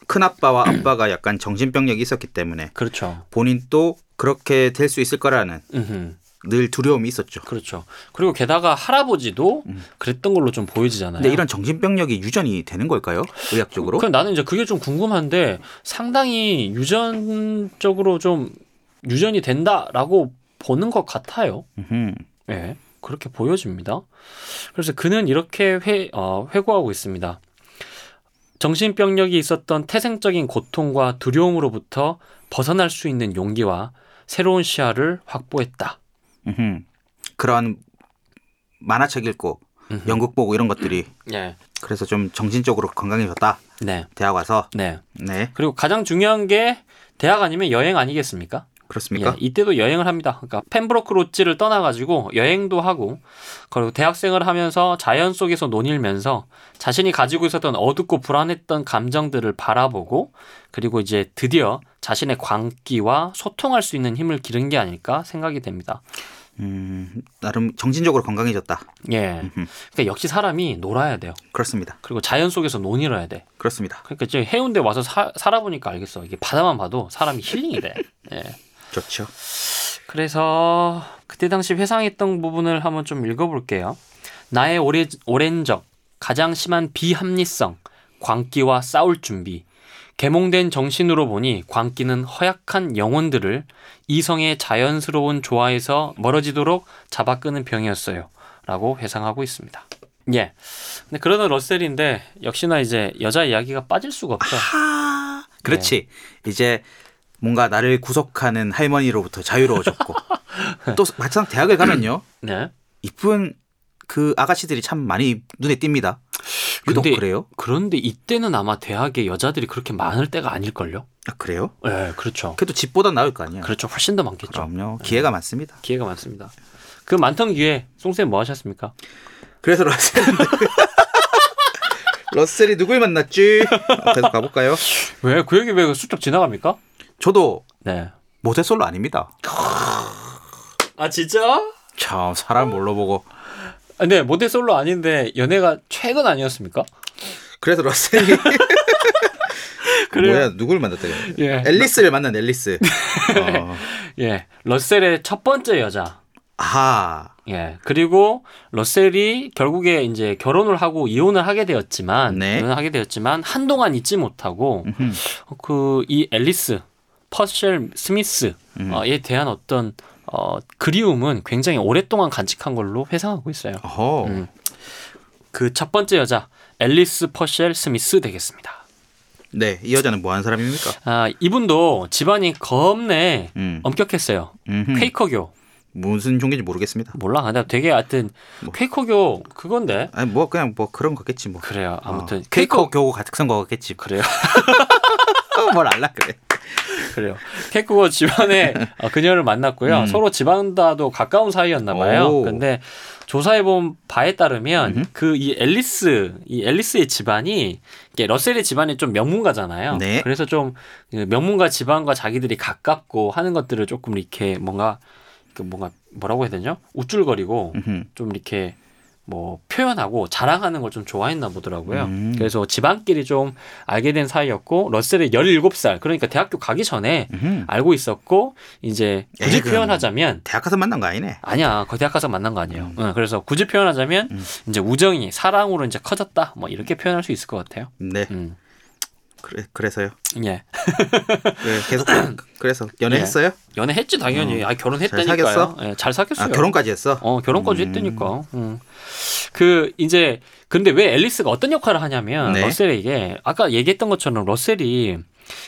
Speaker 2: 큰 아빠와 아빠가 약간 정신병력이 있었기 때문에
Speaker 3: 그렇죠.
Speaker 2: 본인도 그렇게 될 수 있을 거라는
Speaker 3: 음흠.
Speaker 2: 늘 두려움이 있었죠.
Speaker 3: 그렇죠. 그리고 게다가 할아버지도 그랬던 걸로 좀 보여지잖아요.
Speaker 2: 근데 음. 네, 이런 정신병력이 유전이 되는 걸까요?
Speaker 3: 네.
Speaker 2: 의학적으로?
Speaker 3: 그럼 나는 이제 그게 좀 궁금한데 상당히 유전적으로 좀 유전이 된다라고 보는 것 같아요.
Speaker 2: 음흠.
Speaker 3: 예. 그렇게 보여집니다. 그래서 그는 이렇게 회, 어, 회고하고 있습니다. 정신병력이 있었던 태생적인 고통과 두려움으로부터 벗어날 수 있는 용기와 새로운 시야를 확보했다.
Speaker 2: 음흠. 그런 만화책 읽고
Speaker 3: 음흠.
Speaker 2: 연극 보고 이런 것들이
Speaker 3: 예.
Speaker 2: 그래서 좀 정신적으로 건강해졌다.
Speaker 3: 네.
Speaker 2: 대학 와서
Speaker 3: 네.
Speaker 2: 네
Speaker 3: 그리고 가장 중요한 게 대학 아니면 여행 아니겠습니까?
Speaker 2: 그렇습니까?
Speaker 3: 예, 이때도 여행을 합니다. 그러니까 펜브로크 로치를 떠나가지고 여행도 하고 그리고 대학생을 하면서 자연 속에서 논일면서 자신이 가지고 있었던 어둡고 불안했던 감정들을 바라보고 그리고 이제 드디어 자신의 광기와 소통할 수 있는 힘을 기른 게 아닐까 생각이 됩니다.
Speaker 2: 음, 나름 정신적으로 건강해졌다.
Speaker 3: 예, 그러니까 역시 사람이 놀아야 돼요.
Speaker 2: 그렇습니다.
Speaker 3: 그리고 자연 속에서 논일어야 돼.
Speaker 2: 그렇습니다.
Speaker 3: 그러니까 이제 해운대 와서 사- 살아보니까 알겠어. 이게 바다만 봐도 사람이 힐링이 돼. 예.
Speaker 2: 좋죠.
Speaker 3: 그래서 그때 당시 회상했던 부분을 한번 좀 읽어볼게요. 나의 오래, 오랜 적, 가장 심한 비합리성, 광기와 싸울 준비. 계몽된 정신으로 보니 광기는 허약한 영혼들을 이성의 자연스러운 조화에서 멀어지도록 잡아끄는 병이었어요. 라고 회상하고 있습니다. 예. 근데 그러는 러셀인데 역시나 이제 여자 이야기가 빠질 수가 없죠.
Speaker 2: 하. 그렇지.
Speaker 3: 네.
Speaker 2: 이제 뭔가 나를 구속하는 할머니로부터 자유로워졌고 또 막상 대학을 가면요
Speaker 3: 네.
Speaker 2: 이쁜 그 아가씨들이 참 많이 눈에 띕니다. 유독
Speaker 3: 근데-
Speaker 2: 그래요?
Speaker 3: 그런데 이때는 아마 대학에 여자들이 그렇게 많을 때가 아닐걸요?
Speaker 2: 아, 그래요?
Speaker 3: 예, 그렇죠.
Speaker 2: 그래도 집보다 나을 거 아니야.
Speaker 3: 그렇죠. 네. 훨씬 더 많겠죠.
Speaker 2: 네. 그럼요. 기회가 많습니다.
Speaker 3: 기회가 많습니다. 그 많던 기회, 송쌤 뭐 하셨습니까?
Speaker 2: 그래서 러셀 러셀이 누굴 만났지? 계속 가볼까요?
Speaker 3: 왜, 그 얘기 왜 슬쩍 지나갑니까?
Speaker 2: 저도
Speaker 3: 네.
Speaker 2: 모태솔로 아닙니다.
Speaker 3: 아, 진짜?
Speaker 2: 참 사람
Speaker 3: 어.
Speaker 2: 뭘로 보고
Speaker 3: 네, 모델 솔로 아닌데, 연애가 최근 아니었습니까?
Speaker 2: 그래서 러셀이
Speaker 3: 그래요?
Speaker 2: 뭐야 누굴 만났대요?
Speaker 3: 예.
Speaker 2: 앨리스를 만난 앨리스. 어.
Speaker 3: 예. 러셀의 첫 번째 여자.
Speaker 2: 아
Speaker 3: 예. 그리고 러셀이 결국에 이제 결혼을 하고 이혼을 하게 되었지만,
Speaker 2: 네.
Speaker 3: 이혼을 하게 되었지만, 한동안 잊지 못하고,
Speaker 2: 음흠.
Speaker 3: 그 이 앨리스 퍼셀 스미스에 대한 어떤 어, 그리움은 굉장히 오랫동안 간직한 걸로 회상하고 있어요.
Speaker 2: 어허.
Speaker 3: 음. 그 첫 번째 여자 앨리스 퍼셀 스미스 되겠습니다.
Speaker 2: 네, 이 여자는 뭐 하는 사람입니까?
Speaker 3: 아 이분도 집안이 겁내
Speaker 2: 음.
Speaker 3: 엄격했어요.
Speaker 2: 음흠.
Speaker 3: 퀘이커교
Speaker 2: 무슨 종교인지 모르겠습니다.
Speaker 3: 몰라. 근데 되게 하여튼 퀘이커교 그건데
Speaker 2: 아니 뭐 그냥 뭐 그런 거겠지 뭐.
Speaker 3: 그래요. 아무튼
Speaker 2: 어.
Speaker 3: 퀘이커
Speaker 2: 케이커 교우 같은 거겠지. 그래요. 뭘 알라 그래.
Speaker 3: 그래요. 케이크고 집안에 어, 그녀를 만났고요.
Speaker 2: 음.
Speaker 3: 서로 집안과도 가까운 사이였나 봐요.
Speaker 2: 오. 음.
Speaker 3: 근데 조사해 본 바에 따르면 그 이 앨리스 이 앨리스의 집안이 이게 러셀의 집안이 좀 명문가잖아요.
Speaker 2: 네.
Speaker 3: 그래서 좀그 명문가 집안과 자기들이 가깝고 하는 것들을 조금 이렇게 뭔가 그 뭔가 뭐라고 해야 되죠? 우쭐거리고
Speaker 2: 음흠.
Speaker 3: 좀 이렇게 뭐 표현하고 자랑하는 걸 좀 좋아했나 보더라고요.
Speaker 2: 음.
Speaker 3: 그래서 집안끼리 좀 알게 된 사이였고 러셀이 17살 그러니까 대학교 가기 전에
Speaker 2: 음흠.
Speaker 3: 알고 있었고 이제 굳이
Speaker 2: 에이, 그럼.
Speaker 3: 표현하자면
Speaker 2: 대학 가서 만난 거 아니네.
Speaker 3: 아니야 거의 대학 가서 만난 거 아니에요.
Speaker 2: 음.
Speaker 3: 응, 그래서 굳이 표현하자면 이제 우정이 사랑으로 이제 커졌다 뭐 이렇게 표현할 수 있을 것 같아요.
Speaker 2: 네,
Speaker 3: 음.
Speaker 2: 그래 그래서요.
Speaker 3: 예
Speaker 2: 네, 계속 그래서 연애했어요?
Speaker 3: 연애했지 당연히 아
Speaker 2: 음. 잘
Speaker 3: 결혼했다니까요.
Speaker 2: 사귀었어?
Speaker 3: 예, 잘 사귀었어요.
Speaker 2: 아 결혼까지 네. 했어.
Speaker 3: 어 결혼까지
Speaker 2: 음.
Speaker 3: 했다니까. 음. 그 이제 근데 왜 앨리스가 어떤 역할을 하냐면
Speaker 2: 네.
Speaker 3: 러셀에게 아까 얘기했던 것처럼 러셀이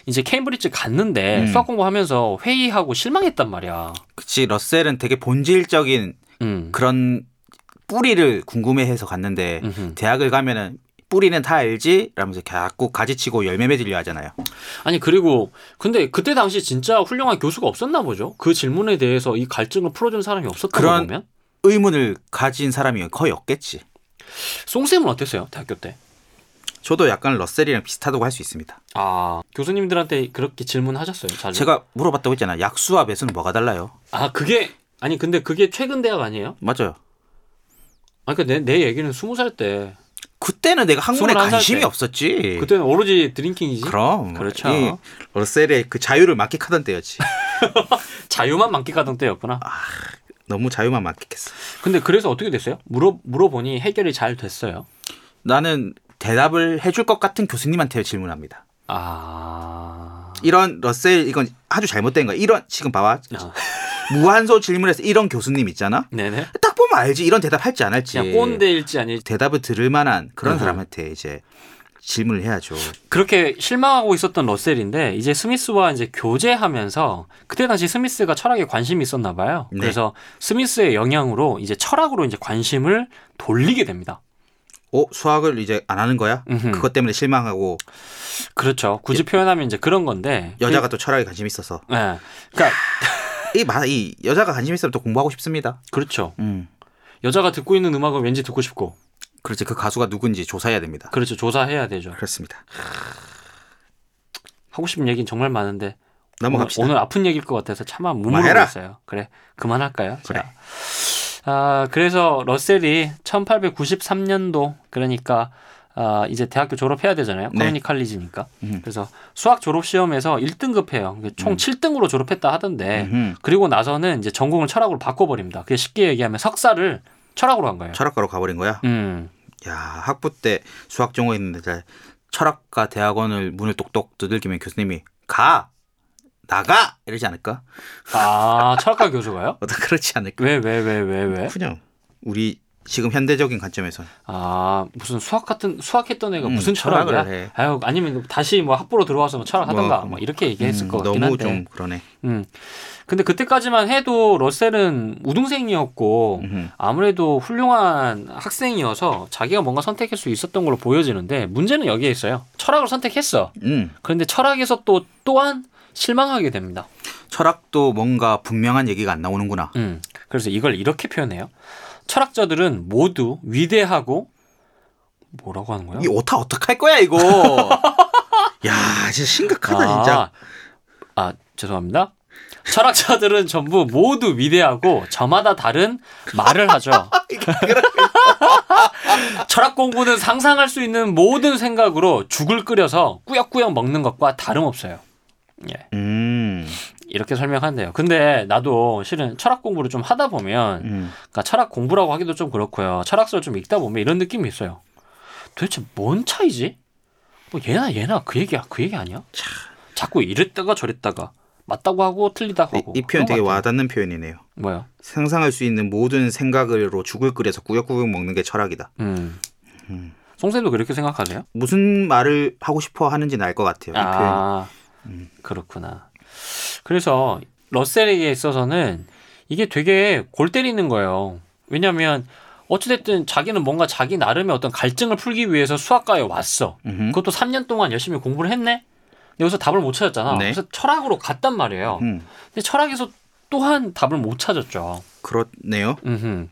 Speaker 3: 이제 케임브리지 갔는데
Speaker 2: 음.
Speaker 3: 수학 공부하면서 회의하고 실망했단 말이야.
Speaker 2: 그치 러셀은 되게 본질적인
Speaker 3: 음.
Speaker 2: 그런 뿌리를 궁금해해서 갔는데
Speaker 3: 음흠.
Speaker 2: 대학을 가면은 뿌리는 다 알지? 라면서 자꾸 가지치고 열매 맺으려 하잖아요.
Speaker 3: 아니 그리고 근데 그때 당시 진짜 훌륭한 교수가 없었나 보죠. 그 질문에 대해서 이 갈증을 풀어준 사람이 없었던 거
Speaker 2: 그런-
Speaker 3: 보면
Speaker 2: 의문을 가진 사람이 거의 없겠지.
Speaker 3: 송쌤은 어땠어요 대학교 때?
Speaker 2: 저도 약간 러셀이랑 비슷하다고 할 수 있습니다.
Speaker 3: 아 교수님들한테 그렇게 질문하셨어요 자주?
Speaker 2: 제가 물어봤다고 했잖아요. 약수와 배수는 뭐가 달라요?
Speaker 3: 아 그게 아니 근데 그게 최근 대학 아니에요? 그러니까
Speaker 2: 맞아요.
Speaker 3: 아니 그내 내 얘기는 스무 살때
Speaker 2: 그때는 내가 학문에
Speaker 3: 21살
Speaker 2: 관심이
Speaker 3: 때.
Speaker 2: 없었지.
Speaker 3: 그때는 오로지 드링킹이지.
Speaker 2: 예. 그럼
Speaker 3: 그렇죠.
Speaker 2: 이 러셀의 그 자유를 만끽하던 때였지.
Speaker 3: 자유만 만끽하던 때였구나.
Speaker 2: 너무 자유만 만끽했어.
Speaker 3: 근데 그래서 어떻게 됐어요? 물어 물어보니 해결이 잘 됐어요.
Speaker 2: 나는 대답을 해줄 것 같은 교수님한테 질문합니다.
Speaker 3: 아.
Speaker 2: 이런 러셀 이건 아주 잘못된 거야. 이런 지금 봐봐
Speaker 3: 아.
Speaker 2: 무한소 질문에서 이런 교수님 있잖아.
Speaker 3: 네네.
Speaker 2: 딱 보면 알지 이런 대답 할지 안 할지.
Speaker 3: 그냥 꼰대일지 음. 아니
Speaker 2: 대답을 들을 만한 그런
Speaker 3: 아하.
Speaker 2: 사람한테 이제 질문을 해야죠.
Speaker 3: 그렇게 실망하고 있었던 러셀인데 이제 스미스와 이제 교제하면서 그때 당시 스미스가 철학에 관심이 있었나 봐요.
Speaker 2: 네.
Speaker 3: 그래서 스미스의 영향으로 이제 철학으로 이제 관심을 돌리게 됩니다.
Speaker 2: 어 수학을 이제 안 하는 거야?
Speaker 3: 음흠.
Speaker 2: 그것 때문에 실망하고
Speaker 3: 그렇죠. 굳이 표현하면 이제 그런 건데
Speaker 2: 여자가 또 철학에 관심 있어서
Speaker 3: 그, 예. 그러니까
Speaker 2: 이, 마- 이 여자가 관심 있으면 또 공부하고 싶습니다.
Speaker 3: 그렇죠.
Speaker 2: 음.
Speaker 3: 여자가 듣고 있는 음악은 왠지 듣고 싶고
Speaker 2: 그렇지 그 가수가 누군지 조사해야 됩니다.
Speaker 3: 그렇죠. 조사해야 되죠.
Speaker 2: 그렇습니다.
Speaker 3: 하고 싶은 얘기는 정말 많은데
Speaker 2: 넘어갑시다.
Speaker 3: 오늘, 오늘 아픈 얘기일 것 같아서 차마
Speaker 2: 그만해라.
Speaker 3: 무물어봤어요. 그래 그만할까요?
Speaker 2: 그래.
Speaker 3: 자. 아 그래서 러셀이 1893년도 그러니까 아, 이제 대학교 졸업해야 되잖아요.
Speaker 2: 네.
Speaker 3: 커뮤니 칼리지니까.
Speaker 2: 음.
Speaker 3: 그래서 수학 졸업 시험에서 1등급 해요. 총 7등으로 졸업했다 하던데
Speaker 2: 음흠.
Speaker 3: 그리고 나서는 이제 전공을 철학으로 바꿔버립니다. 그게 쉽게 얘기하면 석사를 철학으로 한 거예요.
Speaker 2: 철학과로 가버린 거야.
Speaker 3: 음.
Speaker 2: 야 학부 때 수학 전공 했는데 잘- 철학과 대학원을 문을 똑똑 두들기면 교수님이 가 나가 이러지 않을까?
Speaker 3: 아 철학과 교수가요?
Speaker 2: 어떤 그렇지 않을까?
Speaker 3: 왜 왜 왜 왜 왜?
Speaker 2: 그냥 우리 지금 현대적인 관점에서
Speaker 3: 아 무슨 수학 같은 수학했던 애가
Speaker 2: 음,
Speaker 3: 무슨
Speaker 2: 철학을
Speaker 3: 철학이야?
Speaker 2: 해.
Speaker 3: 아유 아니면 다시 뭐 학부로 들어와서 뭐 철학하던가
Speaker 2: 뭐,
Speaker 3: 뭐 이렇게 얘기했을
Speaker 2: 음,
Speaker 3: 것 같긴
Speaker 2: 너무
Speaker 3: 한데.
Speaker 2: 좀 그러네.
Speaker 3: 음. 근데 그때까지만 해도 러셀은 우등생이었고
Speaker 2: 음흠.
Speaker 3: 아무래도 훌륭한 학생이어서 자기가 뭔가 선택할 수 있었던 걸로 보여지는데 문제는 여기에 있어요. 철학을 선택했어.
Speaker 2: 음
Speaker 3: 그런데 철학에서 또 또한 실망하게 됩니다.
Speaker 2: 철학도 뭔가 분명한 얘기가 안 나오는구나.
Speaker 3: 음. 그래서 이걸 이렇게 표현해요. 철학자들은 모두 위대하고 뭐라고 하는 거야?
Speaker 2: 이 오타 어떡할 거야 이거? 야 진짜 심각하다 진짜.
Speaker 3: 아, 아, 죄송합니다. 철학자들은 전부 모두 위대하고 저마다 다른 말을 하죠. 철학 공부는 상상할 수 있는 모든 생각으로 죽을 끓여서 꾸역꾸역 먹는 것과 다름없어요. 예,
Speaker 2: 음,
Speaker 3: 이렇게 설명한대요. 근데 나도 실은 철학 공부를 좀 하다 보면
Speaker 2: 음.
Speaker 3: 그러니까 철학 공부라고 하기도 좀 그렇고요. 철학서를 좀 읽다 보면 이런 느낌이 있어요. 도대체 뭔 차이지? 뭐 얘나 얘나 그 얘기야 그 얘기 아니야? 자꾸 이랬다가 저랬다가 맞다고 하고 틀리다고
Speaker 2: 이,
Speaker 3: 하고
Speaker 2: 이 표현
Speaker 3: 어, 그런
Speaker 2: 되게
Speaker 3: 것 같아요.
Speaker 2: 와닿는 표현이네요.
Speaker 3: 뭐요?
Speaker 2: 상상할 수 있는 모든 생각으로 죽을 끓여서 꾸역꾸역 먹는 게 철학이다.
Speaker 3: 음. 송쌤도 그렇게 생각하세요?
Speaker 2: 무슨 말을 하고 싶어 하는지는 알 것 같아요. 네, 이 표현. 음.
Speaker 3: 아 그렇구나. 그래서 러셀에게 있어서는 이게 되게 골 때리는 거예요. 왜냐하면 어찌됐든 자기는 뭔가 자기 나름의 어떤 갈증을 풀기 위해서 수학과에 왔어.
Speaker 2: 음흠.
Speaker 3: 그것도 3년 동안 열심히 공부를 했네. 근데 여기서 답을 못 찾았잖아.
Speaker 2: 네.
Speaker 3: 그래서 철학으로 갔단 말이에요.
Speaker 2: 음,
Speaker 3: 근데 철학에서 또한 답을 못 찾았죠.
Speaker 2: 그렇네요.
Speaker 3: 음흠.
Speaker 2: 그럼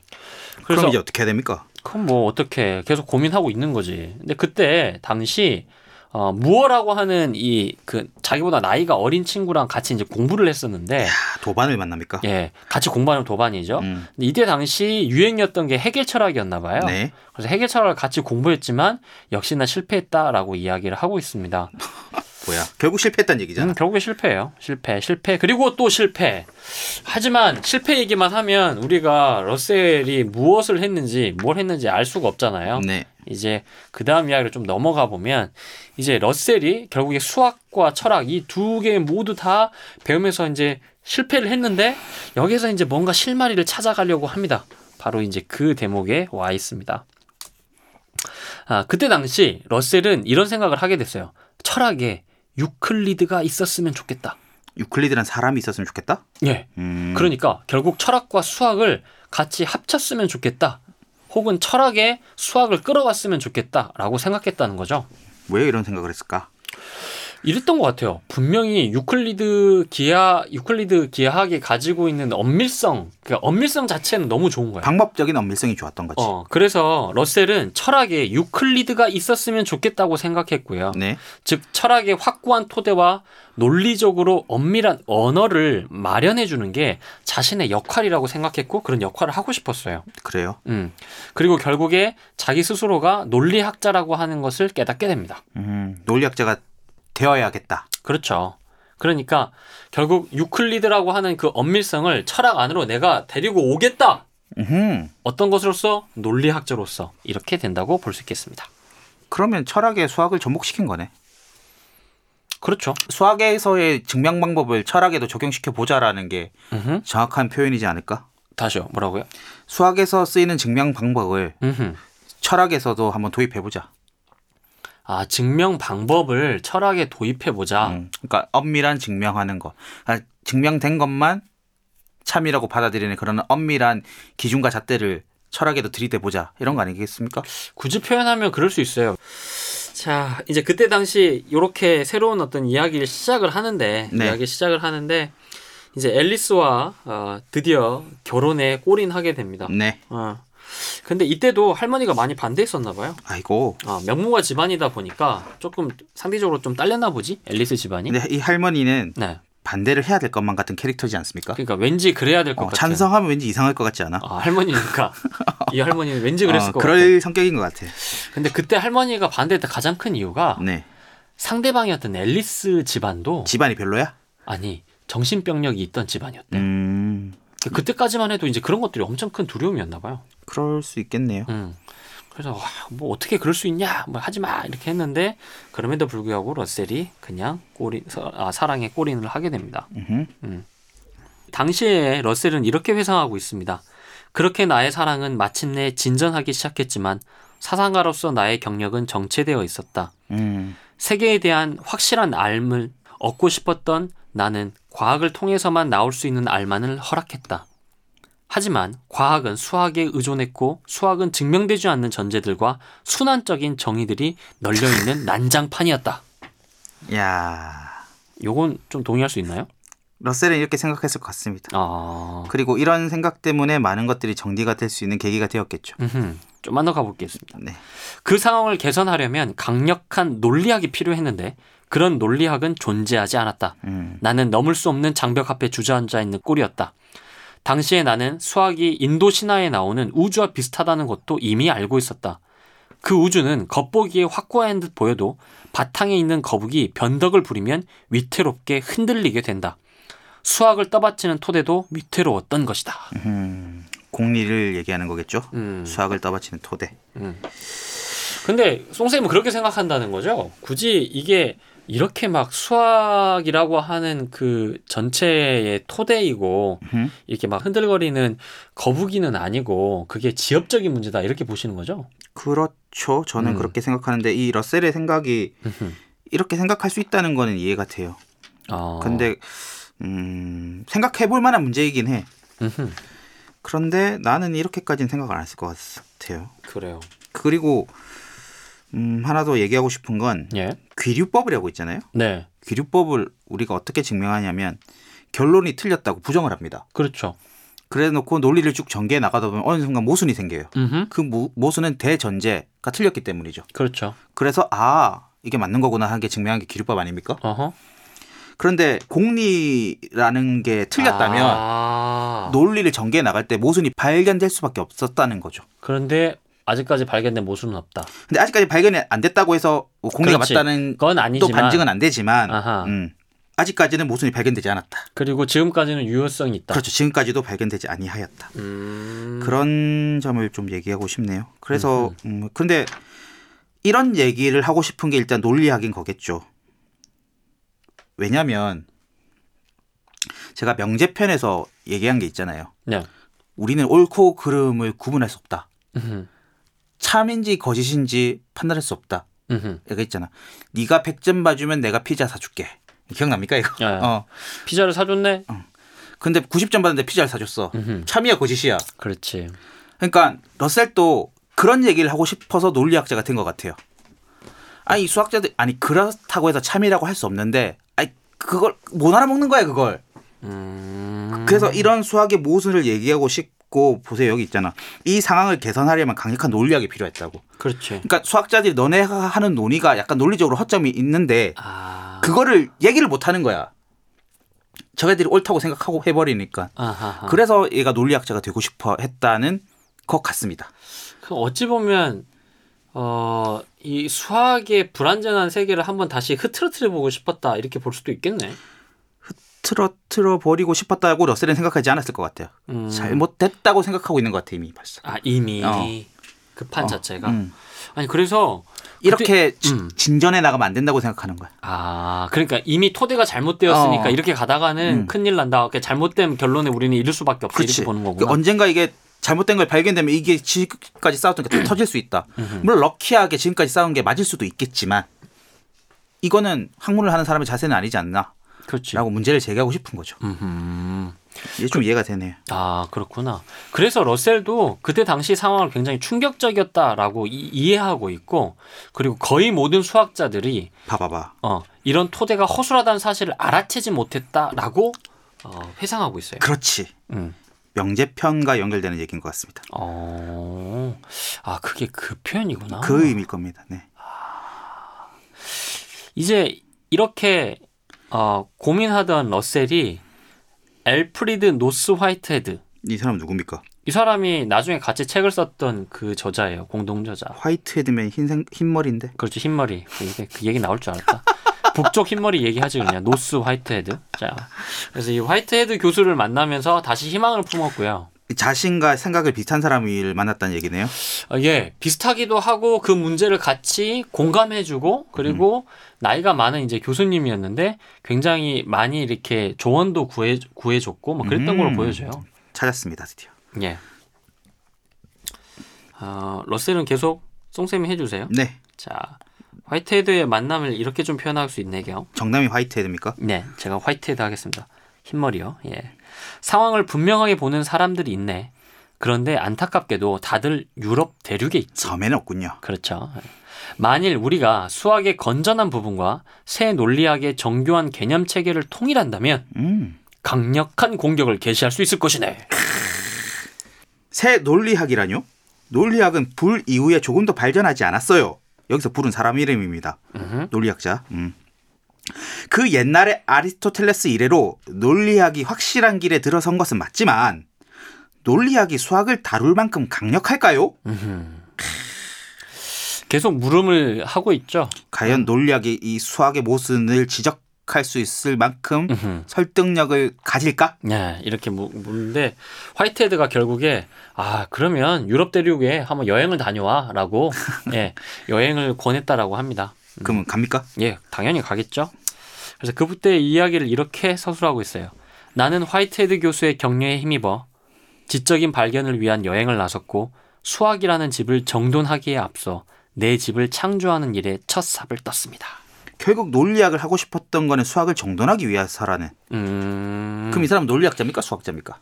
Speaker 3: 그래서
Speaker 2: 이제 어떻게 해야 됩니까?
Speaker 3: 그럼 뭐 어떻게 계속 고민하고 있는 거지. 근데 그때 당시 어, 무어라고 하는 이 그 자기보다 나이가 어린 친구랑 같이 이제 공부를 했었는데
Speaker 2: 아, 도반을 만납니까?
Speaker 3: 예 같이 공부하는 도반이죠.
Speaker 2: 음,
Speaker 3: 근데 이때 당시 유행이었던 게 해겔 철학이었나 봐요.
Speaker 2: 네.
Speaker 3: 그래서 해겔 철학을 같이 공부했지만 역시나 실패했다라고 이야기를 하고 있습니다.
Speaker 2: 뭐야? 결국 실패했다는 얘기잖아.
Speaker 3: 음, 결국에 실패예요. 실패, 실패, 그리고 또 실패. 하지만 실패 얘기만 하면 우리가 러셀이 무엇을 했는지 뭘 했는지 알 수가 없잖아요.
Speaker 2: 네.
Speaker 3: 이제 그 다음 이야기를 좀 넘어가 보면 이제 러셀이 결국에 수학과 철학 이 두 개 모두 다 배우면서 이제 실패를 했는데 여기서 이제 뭔가 실마리를 찾아가려고 합니다. 바로 이제 그 대목에 와 있습니다. 아, 그때 당시 러셀은 이런 생각을 하게 됐어요. 철학에 유클리드가 있었으면 좋겠다.
Speaker 2: 유클리드란 사람이 있었으면 좋겠다.
Speaker 3: 예.
Speaker 2: 음,
Speaker 3: 그러니까 결국 철학과 수학을 같이 합쳤으면 좋겠다. 혹은 철학에 수학을 끌어갔으면 좋겠다라고 생각했다는 거죠.
Speaker 2: 왜 이런 생각을 했을까?
Speaker 3: 이랬던 것 같아요. 분명히 유클리드 기하 유클리드 기하학이 가지고 있는 엄밀성, 그러니까 엄밀성 자체는 너무 좋은 거예요.
Speaker 2: 방법적인 엄밀성이 좋았던 거지.
Speaker 3: 네. 어, 그래서 러셀은 철학에 유클리드가 있었으면 좋겠다고 생각했고요.
Speaker 2: 네.
Speaker 3: 즉 철학의 확고한 토대와 논리적으로 엄밀한 언어를 마련해 주는 게 자신의 역할이라고 생각했고 그런 역할을 하고 싶었어요.
Speaker 2: 그래요.
Speaker 3: 음. 그리고 결국에 자기 스스로가 논리학자라고 하는 것을 깨닫게 됩니다.
Speaker 2: 음, 논리학자가 되어야겠다.
Speaker 3: 그렇죠. 그러니까 결국 유클리드라고 하는 그 엄밀성을 철학 안으로 내가 데리고 오겠다.
Speaker 2: 음.
Speaker 3: 어떤 것으로서 논리학자로서 이렇게 된다고 볼 수 있겠습니다.
Speaker 2: 그러면 철학에 수학을 접목시킨 거네.
Speaker 3: 그렇죠.
Speaker 2: 수학에서의 증명 방법을 철학에도 적용시켜 보자라는 게
Speaker 3: 음흠.
Speaker 2: 정확한 표현이지 않을까?
Speaker 3: 다시요. 뭐라고요?
Speaker 2: 수학에서 쓰이는 증명 방법을
Speaker 3: 음흠.
Speaker 2: 철학에서도 한번 도입해 보자.
Speaker 3: 아 증명 방법을 철학에 도입해 보자.
Speaker 2: 그러니까 엄밀한 증명하는 것, 아, 증명된 것만 참이라고 받아들이는 그런 엄밀한 기준과 잣대를 철학에도 들이대 보자 이런 거 아니겠습니까?
Speaker 3: 굳이 표현하면 그럴 수 있어요. 자, 이제 그때 당시 이렇게 새로운 어떤 이야기를 시작을 하는데
Speaker 2: 네.
Speaker 3: 이야기 시작을 하는데 이제 앨리스와 어, 드디어 결혼에 꼬린하게 됩니다.
Speaker 2: 네.
Speaker 3: 어. 근데 이때도 할머니가 많이 반대했었나 봐요.
Speaker 2: 아이고.
Speaker 3: 아, 명문가 집안이다 보니까 조금 상대적으로 좀 딸렸나 보지? 앨리스 집안이?
Speaker 2: 근데 이 할머니는
Speaker 3: 네.
Speaker 2: 반대를 해야 될 것만 같은 캐릭터지 않습니까?
Speaker 3: 그러니까 왠지 그래야 될 것
Speaker 2: 어,
Speaker 3: 같은.
Speaker 2: 찬성하면 왠지 이상할 것 같지 않아?
Speaker 3: 아, 할머니니까. 이 할머니는 왠지 그랬을
Speaker 2: 어,
Speaker 3: 것
Speaker 2: 그럴
Speaker 3: 같아.
Speaker 2: 성격인 것 같아.
Speaker 3: 근데 그때 할머니가 반대했던 가장 큰 이유가
Speaker 2: 네.
Speaker 3: 상대방이었던 앨리스 집안도
Speaker 2: 집안이 별로야?
Speaker 3: 아니 정신병력이 있던 집안이었대.
Speaker 2: 음.
Speaker 3: 그- 그때까지만 해도 이제 그런 것들이 엄청 큰 두려움이었나 봐요.
Speaker 2: 그럴 수 있겠네요.
Speaker 3: 음. 그래서 와, 뭐 어떻게 그럴 수 있냐, 뭐 하지 마 이렇게 했는데 그럼에도 불구하고 러셀이 그냥 꼬리 서- 아, 사랑에 꼬린을 하게 됩니다.
Speaker 2: 음흠.
Speaker 3: 당시에 러셀은 이렇게 회상하고 있습니다. 그렇게 나의 사랑은 마침내 진전하기 시작했지만 사상가로서 나의 경력은 정체되어 있었다.
Speaker 2: 음.
Speaker 3: 세계에 대한 확실한 알을 얻고 싶었던 나는 과학을 통해서만 나올 수 있는 알만을 허락했다. 하지만 과학은 수학에 의존했고 수학은 증명되지 않는 전제들과 순환적인 정의들이 널려 있는 난장판이었다.
Speaker 2: 야
Speaker 3: 요건 좀 동의할 수 있나요?
Speaker 2: 러셀은 이렇게 생각했을 것 같습니다.
Speaker 3: 아,
Speaker 2: 그리고 이런 생각 때문에 많은 것들이 정리가 될 수 있는 계기가 되었겠죠.
Speaker 3: 음흠. 좀만 더 가보겠습니다.
Speaker 2: 네.
Speaker 3: 그 상황을 개선하려면 강력한 논리학이 필요했는데 그런 논리학은 존재하지 않았다.
Speaker 2: 음.
Speaker 3: 나는 넘을 수 없는 장벽 앞에 주저앉아 있는 꼴이었다. 당시에 나는 수학이 인도 신화에 나오는 우주와 비슷하다는 것도 이미 알고 있었다. 그 우주는 겉보기에 확고한 듯 보여도 바탕에 있는 거북이 변덕을 부리면 위태롭게 흔들리게 된다. 수학을 떠받치는 토대도 위태로웠던 것이다.
Speaker 2: 음. 공리를 얘기하는 거겠죠.
Speaker 3: 음.
Speaker 2: 수학을 떠받치는 토대.
Speaker 3: 근데 송쌤은 그렇게 생각한다는 거죠? 굳이 이게 이렇게 막 수학이라고 하는 그 전체의 토대이고
Speaker 2: 음.
Speaker 3: 이렇게 막 흔들거리는 거북이는 아니고 그게 지엽적인 문제다 이렇게 보시는 거죠?
Speaker 2: 그렇죠. 저는
Speaker 3: 음.
Speaker 2: 그렇게 생각하는데 이 러셀의 생각이 이렇게 생각할 수 있다는 거는 이해가 돼요.
Speaker 3: 어.
Speaker 2: 근데 음, 생각해 볼 만한 문제이긴 해.
Speaker 3: 음흠.
Speaker 2: 그런데 나는 이렇게까지는 생각을 안 했을 것 같아요.
Speaker 3: 그래요.
Speaker 2: 그리고 음, 하나 더 얘기하고 싶은 건
Speaker 3: 예.
Speaker 2: 귀류법이라고 있잖아요.
Speaker 3: 네.
Speaker 2: 귀류법을 우리가 어떻게 증명하냐면 결론이 틀렸다고 부정을 합니다.
Speaker 3: 그렇죠.
Speaker 2: 그래 놓고 논리를 쭉 전개해 나가다 보면 어느 순간 모순이 생겨요.
Speaker 3: 음흠.
Speaker 2: 그 모- 모순은 대전제가 틀렸기 때문이죠.
Speaker 3: 그렇죠. 그
Speaker 2: 서 아, 이게 맞는 거구나 하는 게 증명한 게 기류법 아닙니까?
Speaker 3: 어
Speaker 2: 그런데 공리라는 게 틀렸다면
Speaker 3: 아.
Speaker 2: 논리를 전개해 나갈 때 모순이 발견될 수밖에 없었다는 거죠.
Speaker 3: 그런데 아직까지 발견된 모순은 없다.
Speaker 2: 근데 아직까지 발견이 안 됐다고 해서 뭐 공리가
Speaker 3: 그렇지.
Speaker 2: 맞다는
Speaker 3: 그건
Speaker 2: 또
Speaker 3: 아니지만
Speaker 2: 반증은 안 되지만
Speaker 3: 아하.
Speaker 2: 음, 아직까지는 모순이 발견되지 않았다.
Speaker 3: 그리고 지금까지는 유효성이 있다.
Speaker 2: 그렇죠. 지금까지도 발견되지 아니하였다.
Speaker 3: 음.
Speaker 2: 그런 점을 좀 얘기하고 싶네요. 그래서 음, 근데 이런 얘기를 하고 싶은 게 일단 논리학인 거겠죠. 왜냐하면 제가 명제편에서 얘기한 게 있잖아요.
Speaker 3: 네.
Speaker 2: 우리는 옳고 그름을 구분할 수 없다.
Speaker 3: 음흠.
Speaker 2: 참인지 거짓인지 판단할 수 없다.
Speaker 3: 음흠.
Speaker 2: 얘가 있잖아. 네가 100점 봐주면 내가 피자 사줄게. 기억납니까 이거?
Speaker 3: 예.
Speaker 2: 어.
Speaker 3: 피자를 사줬네.
Speaker 2: 근데 90점 받는데 피자를 사줬어.
Speaker 3: 음흠.
Speaker 2: 참이야 거짓이야.
Speaker 3: 그렇지.
Speaker 2: 그러니까 러셀도 그런 얘기를 하고 싶어서 논리학자가 된 것 같아요. 아니 이 수학자들 아니 그렇다고 해서 참이라고 할 수 없는데 아니 그걸 못 알아먹는 거야 그걸.
Speaker 3: 음.
Speaker 2: 그래서 이런 수학의 모순을 얘기하고 싶고 보세요 여기 있잖아 이 상황을 개선하려면 강력한 논리학이 필요했다고.
Speaker 3: 그렇지.
Speaker 2: 그러니까 수학자들이 너네가 하는 논의가 약간 논리적으로 허점이 있는데
Speaker 3: 아,
Speaker 2: 그거를 얘기를 못 하는 거야. 저애들이 옳다고 생각하고 해버리니까.
Speaker 3: 아하. 그
Speaker 2: 그래서 얘가 논리학자가 되고 싶어 했다는 것 같습니다.
Speaker 3: 그 어찌 보면 어, 이 수학의 불완전한 세계를 한번 다시 흐트러트려 보고 싶었다 이렇게 볼 수도 있겠네.
Speaker 2: 틀어틀어 버리고 싶었다고 러셀은 생각하지 않았을 것 같아요.
Speaker 3: 음.
Speaker 2: 잘못됐다고 생각하고 있는 것 같아 이미 벌써.
Speaker 3: 아 이미
Speaker 2: 어.
Speaker 3: 급한 자체가
Speaker 2: 음.
Speaker 3: 아니 그러니까 그래서
Speaker 2: 이렇게 지-
Speaker 3: 음.
Speaker 2: 진전해 나가면 안 된다고 생각하는 거야.
Speaker 3: 아 그러니까 이미 토대가 잘못되었으니까
Speaker 2: 어.
Speaker 3: 이렇게 가다가는
Speaker 2: 음.
Speaker 3: 큰일 난다. 그러니까 잘못된 결론에 우리는 이를 수밖에 없다
Speaker 2: 그렇지.
Speaker 3: 이렇게 보는
Speaker 2: 그
Speaker 3: 거구나.
Speaker 2: 언젠가 이게 잘못된 걸 발견되면 이게 지금까지 싸웠던 게 다 터질 수 있다. 물론 럭키하게 지금까지 싸운 게 맞을 수도 있겠지만 이거는 학문을 하는 사람의 자세는 아니지 않나라고
Speaker 3: 그렇지.
Speaker 2: 문제를 제기하고 싶은 거죠.
Speaker 3: 음흠.
Speaker 2: 이게 좀 이해가 되네요.
Speaker 3: 아 그렇구나. 그래서 러셀도 그때 당시 상황을 굉장히 충격적이었다라고 이, 해하고 있고 그리고 거의 모든 수학자들이
Speaker 2: 봐봐봐.
Speaker 3: 어, 이런 토대가 허술하다는 사실을 알아채지 못했다라고 어, 회상하고 있어요.
Speaker 2: 그렇지.
Speaker 3: 음.
Speaker 2: 명제편과 연결되는 얘기인 것 같습니다.
Speaker 3: 어, 아 그게 그 표현이구나.
Speaker 2: 그 의미일 겁니다. 네.
Speaker 3: 이제 이렇게 어, 고민하던 러셀이 엘프리드 노스 화이트헤드
Speaker 2: 이 사람 누굽니까?
Speaker 3: 이 사람이 나중에 같이 책을 썼던 그 저자예요 공동 저자.
Speaker 2: 화이트 헤드맨 흰생 흰머리인데.
Speaker 3: 그렇죠 흰머리 그 얘기, 그 얘기 나올 줄 알았다 북쪽 흰머리 얘기하지 그냥 노스 화이트헤드 자 그래서 이 화이트헤드 교수를 만나면서 다시 희망을 품었고요
Speaker 2: 자신과 생각을 비슷한 사람을 만났다는 얘기네요.
Speaker 3: 어, 예 비슷하기도 하고 그 문제를 같이 공감해주고 그리고 나이가 많은 이제 교수님이었는데 굉장히 많이 이렇게 조언도 구해 구해줬고 뭐 그랬던 걸로
Speaker 2: 음.
Speaker 3: 보여져요
Speaker 2: 찾았습니다, 드디어.
Speaker 3: 예 어, 러셀은 계속 송쌤이 해주세요
Speaker 2: 네.
Speaker 3: 자 화이트헤드의 만남을 이렇게 좀 표현할 수 있네요
Speaker 2: 정남이 화이트 헤드입니까?
Speaker 3: 네, 제가 화이트헤드 하겠습니다. 흰머리요. 예. 상황을 분명하게 보는 사람들이 있네. 그런데 안타깝게도 다들 유럽 대륙에 있.
Speaker 2: 섬에는 없군요.
Speaker 3: 그렇죠. 만일 우리가 수학의 건전한 부분과 새 논리학의 정교한 개념 체계를 통일한다면
Speaker 2: 음.
Speaker 3: 강력한 공격을 개시할 수 있을 것이네.
Speaker 2: 새 논리학이라뇨? 논리학은 불 이후에 조금 더 발전하지 않았어요. 여기서 불은 사람 이름입니다.
Speaker 3: 음흠.
Speaker 2: 논리학자. 음. 그 옛날에 아리스토텔레스 이래로 논리학이 확실한 길에 들어선 것은 맞지만 논리학이 수학을 다룰 만큼 강력할까요?
Speaker 3: 음흠. 계속 물음을 하고 있죠.
Speaker 2: 과연 논리학이 이 수학의 모순을 지적할 수 있을 만큼
Speaker 3: 음흠.
Speaker 2: 설득력을 가질까?
Speaker 3: 네, 이렇게 묻- 묻는데 화이트헤드가 결국에 아 그러면 유럽 대륙에 한번 여행을 다녀와라고 예 여행을 권했다라고 합니다.
Speaker 2: 그러면 갑니까?
Speaker 3: 예, 당연히 가겠죠. 그래서 그때 이야기를 이렇게 서술하고 있어요. 나는 화이트헤드 교수의 격려에 힘입어 지적인 발견을 위한 여행을 나섰고 수학이라는 집을 정돈하기에 앞서 내 집을 창조하는 일에 첫 삽을 떴습니다.
Speaker 2: 결국 논리학을 하고 싶었던 거는 수학을 정돈하기 위해서라는.
Speaker 3: 음,
Speaker 2: 그럼 이 사람은 논리학자입니까? 수학자입니까?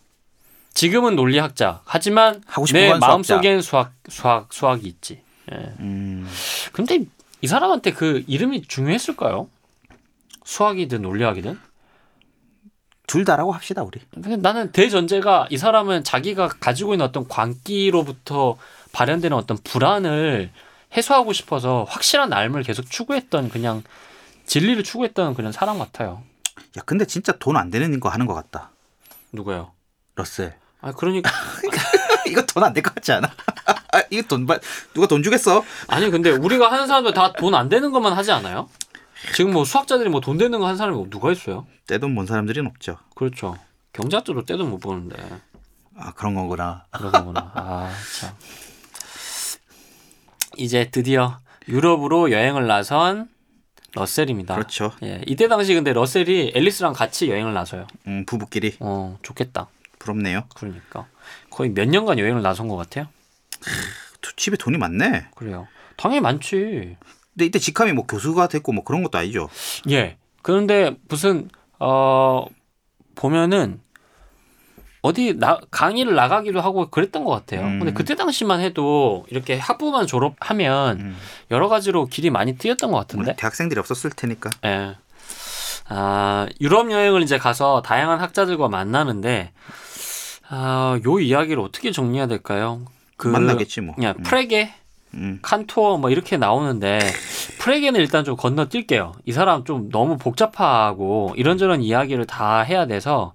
Speaker 3: 지금은 논리학자. 하지만
Speaker 2: 하고 싶은
Speaker 3: 내
Speaker 2: 건
Speaker 3: 마음속엔 수학, 수학, 수학이 있지. 네.
Speaker 2: 음,
Speaker 3: 근데 이 사람한테 그 이름이 중요했을까요? 수학이든 논리학이든?
Speaker 2: 둘 다라고 합시다 우리.
Speaker 3: 근데 나는 대전제가 이 사람은 자기가 가지고 있는 어떤 광기로부터 발현되는 어떤 불안을 해소하고 싶어서 확실한 삶을 계속 추구했던 그냥 진리를 추구했던 그런 사람 같아요.
Speaker 2: 야 근데 진짜 돈 안 되는 거 하는 것 같다.
Speaker 3: 누구예요?
Speaker 2: 러셀.
Speaker 3: 아 그러니까
Speaker 2: 이거 돈 안 될 것 같지 않아? 아, 이거 돈 받- 누가 돈 주겠어?
Speaker 3: 아니 근데 우리가 하는 사람들 다 돈 안 되는 것만 하지 않아요? 지금 뭐 수학자들이 뭐 돈 되는 거 하는 사람이 누가 있어요?
Speaker 2: 떼돈 번 사람들은 없죠.
Speaker 3: 그렇죠. 경제학자도 때도 못 보는데.
Speaker 2: 아 그런 거구나.
Speaker 3: 그러구나. 아, 참. 이제 드디어 유럽으로 여행을 나선 러셀입니다.
Speaker 2: 그렇죠.
Speaker 3: 예, 이때 당시 근데 러셀이 앨리스랑 같이 여행을 나서요.
Speaker 2: 음, 부부끼리
Speaker 3: 어, 좋겠다.
Speaker 2: 부럽네요.
Speaker 3: 그러니까 거의 몇 년간 여행을 나선 것 같아요.
Speaker 2: 두- 집에 돈이 많네.
Speaker 3: 그래요. 당연히 많지.
Speaker 2: 근데 이때 직함이 뭐 교수가 됐고 뭐 그런 것도 아니죠.
Speaker 3: 예. 그런데 무슨 어 보면은 어디 나, 강의를 나가기도 하고 그랬던 것 같아요.
Speaker 2: 음.
Speaker 3: 근데 그때 당시만 해도 이렇게 학부만 졸업하면
Speaker 2: 음.
Speaker 3: 여러 가지로 길이 많이 트였던 것 같은데.
Speaker 2: 우리 대학생들이 없었을 테니까.
Speaker 3: 예. 아, 유럽 여행을 이제 가서 다양한 학자들과 만나는데 아, 요 이야기를 어떻게 정리해야 될까요? 그
Speaker 2: 만나겠지 뭐.
Speaker 3: 예, 프레게
Speaker 2: 음.
Speaker 3: 칸토어 뭐 이렇게 나오는데 프레게는 일단 좀 건너뛸게요. 이 사람 좀 너무 복잡하고 이런저런 이야기를 다 해야 돼서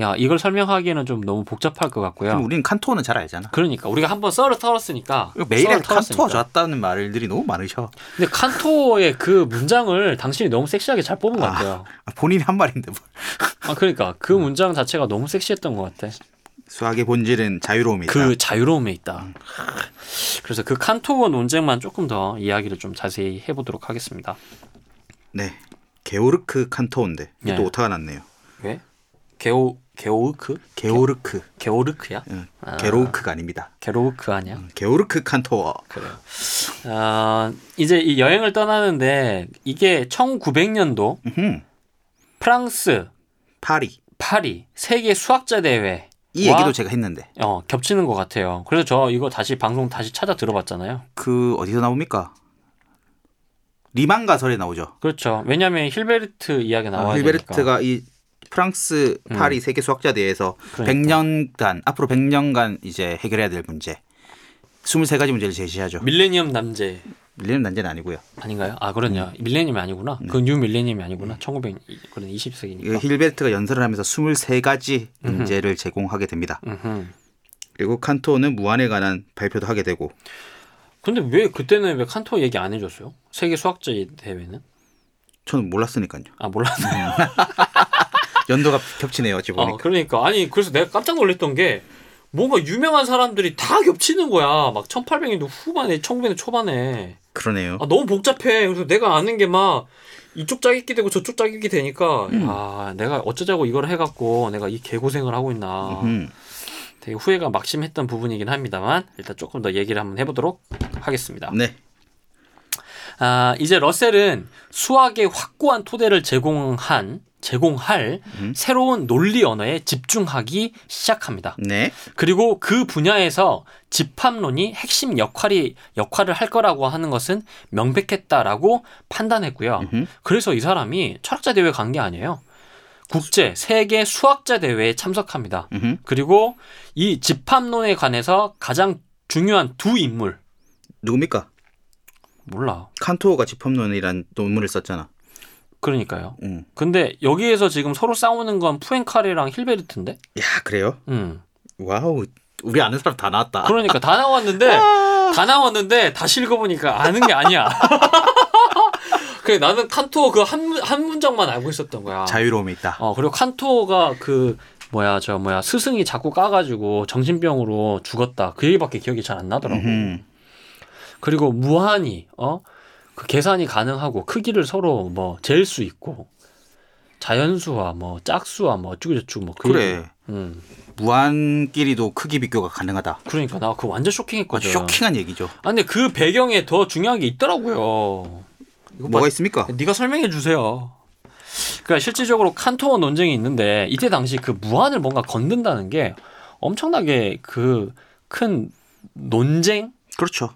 Speaker 3: 야 이걸 설명하기에는 좀 너무 복잡할 것
Speaker 2: 지금
Speaker 3: 같고요.
Speaker 2: 우린 칸토어는 잘 알잖아.
Speaker 3: 그러니까 우리가 한번 썰을 털었으니까
Speaker 2: 이거 메일에
Speaker 3: 썰을 털었으니까.
Speaker 2: 칸토어 좋았다는 말들이 너무 많으셔.
Speaker 3: 근데 칸토어의 그 문장을 당신이 너무 섹시하게 잘 뽑은 것 같아요.
Speaker 2: 아, 음. 본인이 한 말인데 뭐.
Speaker 3: 아 그러니까 그 문장 자체가 너무 섹시했던 것 같아.
Speaker 2: 수학의 본질은 자유로움이다.
Speaker 3: 그 자유로움에
Speaker 2: 음.
Speaker 3: 있다. 그래서 그 칸토어 논쟁만 조금 더 이야기를 좀 자세히 해보도록 하겠습니다.
Speaker 2: 네. 게오르크 칸토어인데 이게
Speaker 3: 네.
Speaker 2: 또 오타가 났네요.
Speaker 3: 왜? 게오 게오우크?
Speaker 2: 게오르크,
Speaker 3: 게오르크야?
Speaker 2: 응, 게로우크가 아닙니다.
Speaker 3: 게로우크 아니야?
Speaker 2: 게오르크 칸토어.
Speaker 3: 그래요. 아, 이제 이 여행을 떠나는데 이게 1900년도
Speaker 2: 음흠.
Speaker 3: 프랑스
Speaker 2: 파리.
Speaker 3: 파리 세계 수학자 대회
Speaker 2: 이 얘기도 제가 했는데
Speaker 3: 어, 겹치는 것 같아요. 그래서 저 이거 다시 방송 다시 찾아 들어봤잖아요.
Speaker 2: 그 어디서 나옵니까? 리만 가설에 나오죠.
Speaker 3: 그렇죠. 왜냐하면 힐베르트 이야기
Speaker 2: 아,
Speaker 3: 나와야 되니까. 음.
Speaker 2: 힐베르트가 이 프랑스 파리 세계 수학자 대회에서
Speaker 3: 그러니까.
Speaker 2: 100년간 앞으로 100년간 이제 해결해야 될 문제. 23가지 문제를 제시하죠.
Speaker 3: 밀레니엄 남제
Speaker 2: 밀리는 난제는 아니고요.
Speaker 3: 아닌가요? 아 그렇냐.
Speaker 2: 음.
Speaker 3: 밀레니엄이 아니구나. 그 뉴 밀레니엄이 아니구나. 1900 그런
Speaker 2: 이
Speaker 3: 20세기니까.
Speaker 2: 힐베르트가 연설을 하면서 23가지 문제를 제공하게 됩니다.
Speaker 3: 음흠.
Speaker 2: 그리고 칸토는 무한에 관한 발표도 하게 되고
Speaker 3: 근데 왜 그때는 왜 칸토 얘기 안 해줬어요? 세계 수학자 대회는?
Speaker 2: 저는 몰랐으니까요.
Speaker 3: 아 몰랐네.
Speaker 2: 연도가 겹치네요. 어찌
Speaker 3: 아,
Speaker 2: 보니까.
Speaker 3: 그러니까 아니 그래서 내가 깜짝 놀랐던 게 뭔가 유명한 사람들이 다 겹치는 거야. 막 1800년도 후반에 1900년도 초반에
Speaker 2: 그러네요.
Speaker 3: 아, 너무 복잡해. 그래서 내가 아는 게 막 이쪽 짜깁기 되고 저쪽 짜깁기 되니까
Speaker 2: 음.
Speaker 3: 아 내가 어쩌자고 이걸 해갖고 내가 이 개고생을 하고 있나
Speaker 2: 음.
Speaker 3: 되게 후회가 막심했던 부분이긴 합니다만 일단 조금 더 얘기를 한번 해보도록 하겠습니다.
Speaker 2: 네.
Speaker 3: 아, 이제 러셀은 수학의 확고한 토대를 제공한 제공할
Speaker 2: 음.
Speaker 3: 새로운 논리 언어에 집중하기 시작합니다.
Speaker 2: 네.
Speaker 3: 그리고 그 분야에서 집합론이 핵심 역할이 역할을 할 거라고 하는 것은 명백했다라고 판단했고요.
Speaker 2: 음.
Speaker 3: 그래서 이 사람이 철학자 대회 간 게 아니에요. 국제 세계 수학자 대회에 참석합니다.
Speaker 2: 음흠.
Speaker 3: 그리고 이 집합론에 관해서 가장 중요한 두 인물
Speaker 2: 누굽니까?
Speaker 3: 몰라.
Speaker 2: 칸토가 집합론이란 논문을 썼잖아.
Speaker 3: 그러니까요.
Speaker 2: 음.
Speaker 3: 근데 여기에서 지금 서로 싸우는 건 푸엔카레랑 힐베르트인데?
Speaker 2: 야 그래요?
Speaker 3: 음.
Speaker 2: 와우. 우리 아는 사람 다 나왔다.
Speaker 3: 그러니까 다 나왔는데 다 나왔는데 다시 읽어보니까 아는 게 아니야. 그래 나는 칸토 그한한 한 문장만 알고 있었던 거야.
Speaker 2: 자유로움이 있다.
Speaker 3: 어 그리고 칸토가 그 뭐야 저 뭐야 스승이 자꾸 까가지고 정신병으로 죽었다 그 얘기밖에 기억이 잘 안 나더라고.
Speaker 2: 음.
Speaker 3: 어. 그리고 무한히 어 그 계산이 가능하고 크기를 서로 뭐 잴 수 있고 자연수와 뭐 짝수와 뭐 어쩌고저쩌고 뭐 그 얘기.
Speaker 2: 그래.
Speaker 3: 음
Speaker 2: 무한끼리도 크기 비교가 가능하다.
Speaker 3: 그러니까 나 그거 완전 쇼킹했거든.
Speaker 2: 아주 쇼킹한 얘기죠.
Speaker 3: 아, 근데 그 배경에 더 중요한 게 있더라고요. 이거
Speaker 2: 뭐가
Speaker 3: 봐.
Speaker 2: 있습니까?
Speaker 3: 네가 설명해 주세요. 그러니까 실질적으로 칸토어 논쟁이 있는데 이때 당시 그 무한을 뭔가 건든다는 게 엄청나게 그 큰 논쟁,
Speaker 2: 그렇죠.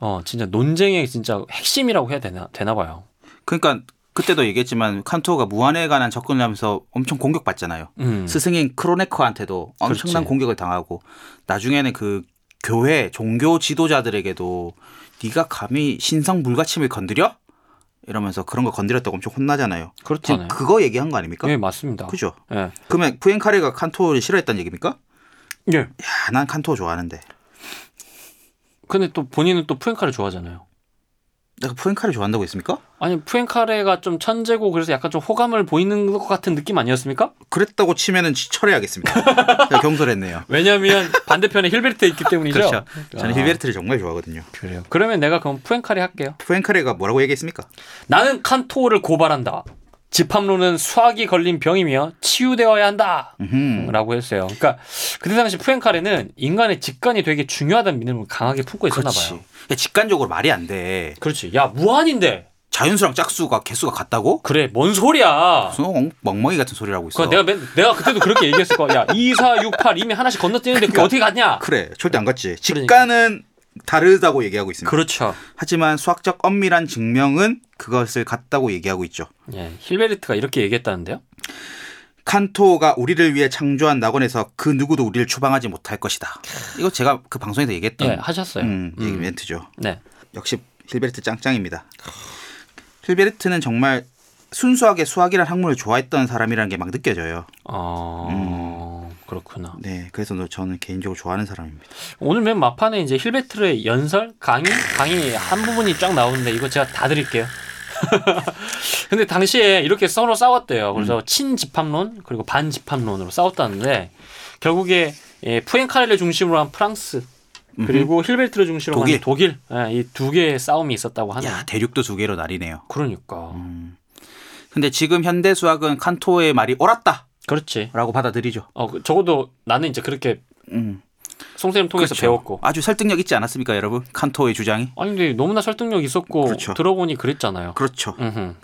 Speaker 3: 어 진짜 논쟁의 진짜 핵심이라고 해야 되나 되나 봐요.
Speaker 2: 그러니까 그때도 얘기했지만 칸토가 무한에 관한 접근을 하면서 엄청 공격받잖아요.
Speaker 3: 음.
Speaker 2: 스승인 크로네커한테도 엄청난
Speaker 3: 그렇지.
Speaker 2: 공격을 당하고 나중에는 그 교회 종교 지도자들에게도 네가 감히 신성 물가침을 건드려? 이러면서 그런 거 건드렸다고 엄청 혼나잖아요.
Speaker 3: 그렇다네.
Speaker 2: 지금 그거 얘기한 거 아닙니까?
Speaker 3: 예 맞습니다.
Speaker 2: 그죠?
Speaker 3: 예.
Speaker 2: 그러면 푸엔카레가 칸토를 싫어했다는 얘기입니까?
Speaker 3: 예.
Speaker 2: 야, 난 칸토 좋아하는데.
Speaker 3: 근데 또 본인은 또 푸엔카레 좋아하잖아요.
Speaker 2: 내가 푸엔카레 좋아한다고 했습니까?
Speaker 3: 아니 푸엔카레가 좀 천재고 그래서 약간 좀 호감을 보이는 것 같은 느낌 아니었습니까?
Speaker 2: 그랬다고 치면은 지- 철회하겠습니다. 제가 경솔했네요.
Speaker 3: 왜냐하면 반대편에 힐베르트 있기 때문이죠.
Speaker 2: 그렇죠.
Speaker 3: 아.
Speaker 2: 저는 힐베르트를 정말 좋아하거든요.
Speaker 3: 그래요. 그러면 내가 그럼 푸엔카레 할게요.
Speaker 2: 푸엔카레가 뭐라고 얘기했습니까?
Speaker 3: 나는 칸토를 고발한다. 집합론은 수학이 걸린 병이며 치유되어야 한다.
Speaker 2: 음.
Speaker 3: 라고 했어요. 그러니까 그때 당시 푸엔카레는 인간의 직관이 되게 중요하다는 믿음을 강하게 품고 있었나
Speaker 2: 그렇지.
Speaker 3: 봐요.
Speaker 2: 야, 직관적으로 말이 안 돼.
Speaker 3: 그렇지. 야 무한인데
Speaker 2: 자연수랑 짝수가 개수가 같다고?
Speaker 3: 그래 뭔 소리야
Speaker 2: 무슨 엉- 멍멍이 같은 소리를 하고 있어.
Speaker 3: 그거 내가 맨, 내가 그때도 그렇게 얘기했을 거야 야 2, 4, 6, 8 이미 하나씩 건너뛰는데 그게
Speaker 2: 그러니까.
Speaker 3: 어떻게 갔냐
Speaker 2: 그래, 절대 안 갔지. 직가는 다르다고 얘기하고 있습니다.
Speaker 3: 그러니까. 그렇죠
Speaker 2: 하지만 수학적 엄밀한 증명은 그것을 같다고 얘기하고 있죠.
Speaker 3: 예 힐베르트가 이렇게 얘기했다는데요
Speaker 2: 칸토가 우리를 위해 창조한 낙원에서 그 누구도 우리를 추방하지 못할 것이다. 이거 제가 그 방송에서 얘기했던
Speaker 3: 예 하셨어요
Speaker 2: 음, 얘기
Speaker 3: 음.
Speaker 2: 멘트죠.
Speaker 3: 네
Speaker 2: 역시 힐베르트 짱짱입니다. 힐베르트는 정말 순수하게 수학이란 학문을 좋아했던 사람이라는 게 막 느껴져요.
Speaker 3: 어... 그렇구나.
Speaker 2: 네, 그래서 저는 개인적으로 좋아하는 사람입니다.
Speaker 3: 오늘 맨 막판에 이제 힐베트르의 연설 강의 강의 한 부분이 쫙 나오는데 이거 제가 다 드릴게요. 근데 당시에 이렇게 서로 싸웠대요. 그래서
Speaker 2: 음.
Speaker 3: 친집합론 그리고 반집합론으로 싸웠다는데 결국에 예, 푸엔카레를 중심으로 한 프랑스 그리고 힐베트르 중심으로 한 독일 이 두 개의 싸움이 있었다고 하네요.
Speaker 2: 야, 음. 대륙도 두 개로 나뉘네요.
Speaker 3: 그러니까
Speaker 2: 근데 지금 현대 수학은 칸토의 말이 옳았다라고
Speaker 3: 그렇지.
Speaker 2: 받아들이죠.
Speaker 3: 어 그- 적어도 나는 이제 그렇게
Speaker 2: 음.
Speaker 3: 송쌤 통해서
Speaker 2: 그렇죠.
Speaker 3: 배웠고
Speaker 2: 아주 설득력 있지 않았습니까, 여러분? 칸토의 주장이?
Speaker 3: 아니 근데 너무나 설득력 있었고
Speaker 2: 그렇죠.
Speaker 3: 들어보니 그랬잖아요.
Speaker 2: 그렇죠.
Speaker 3: 음흠.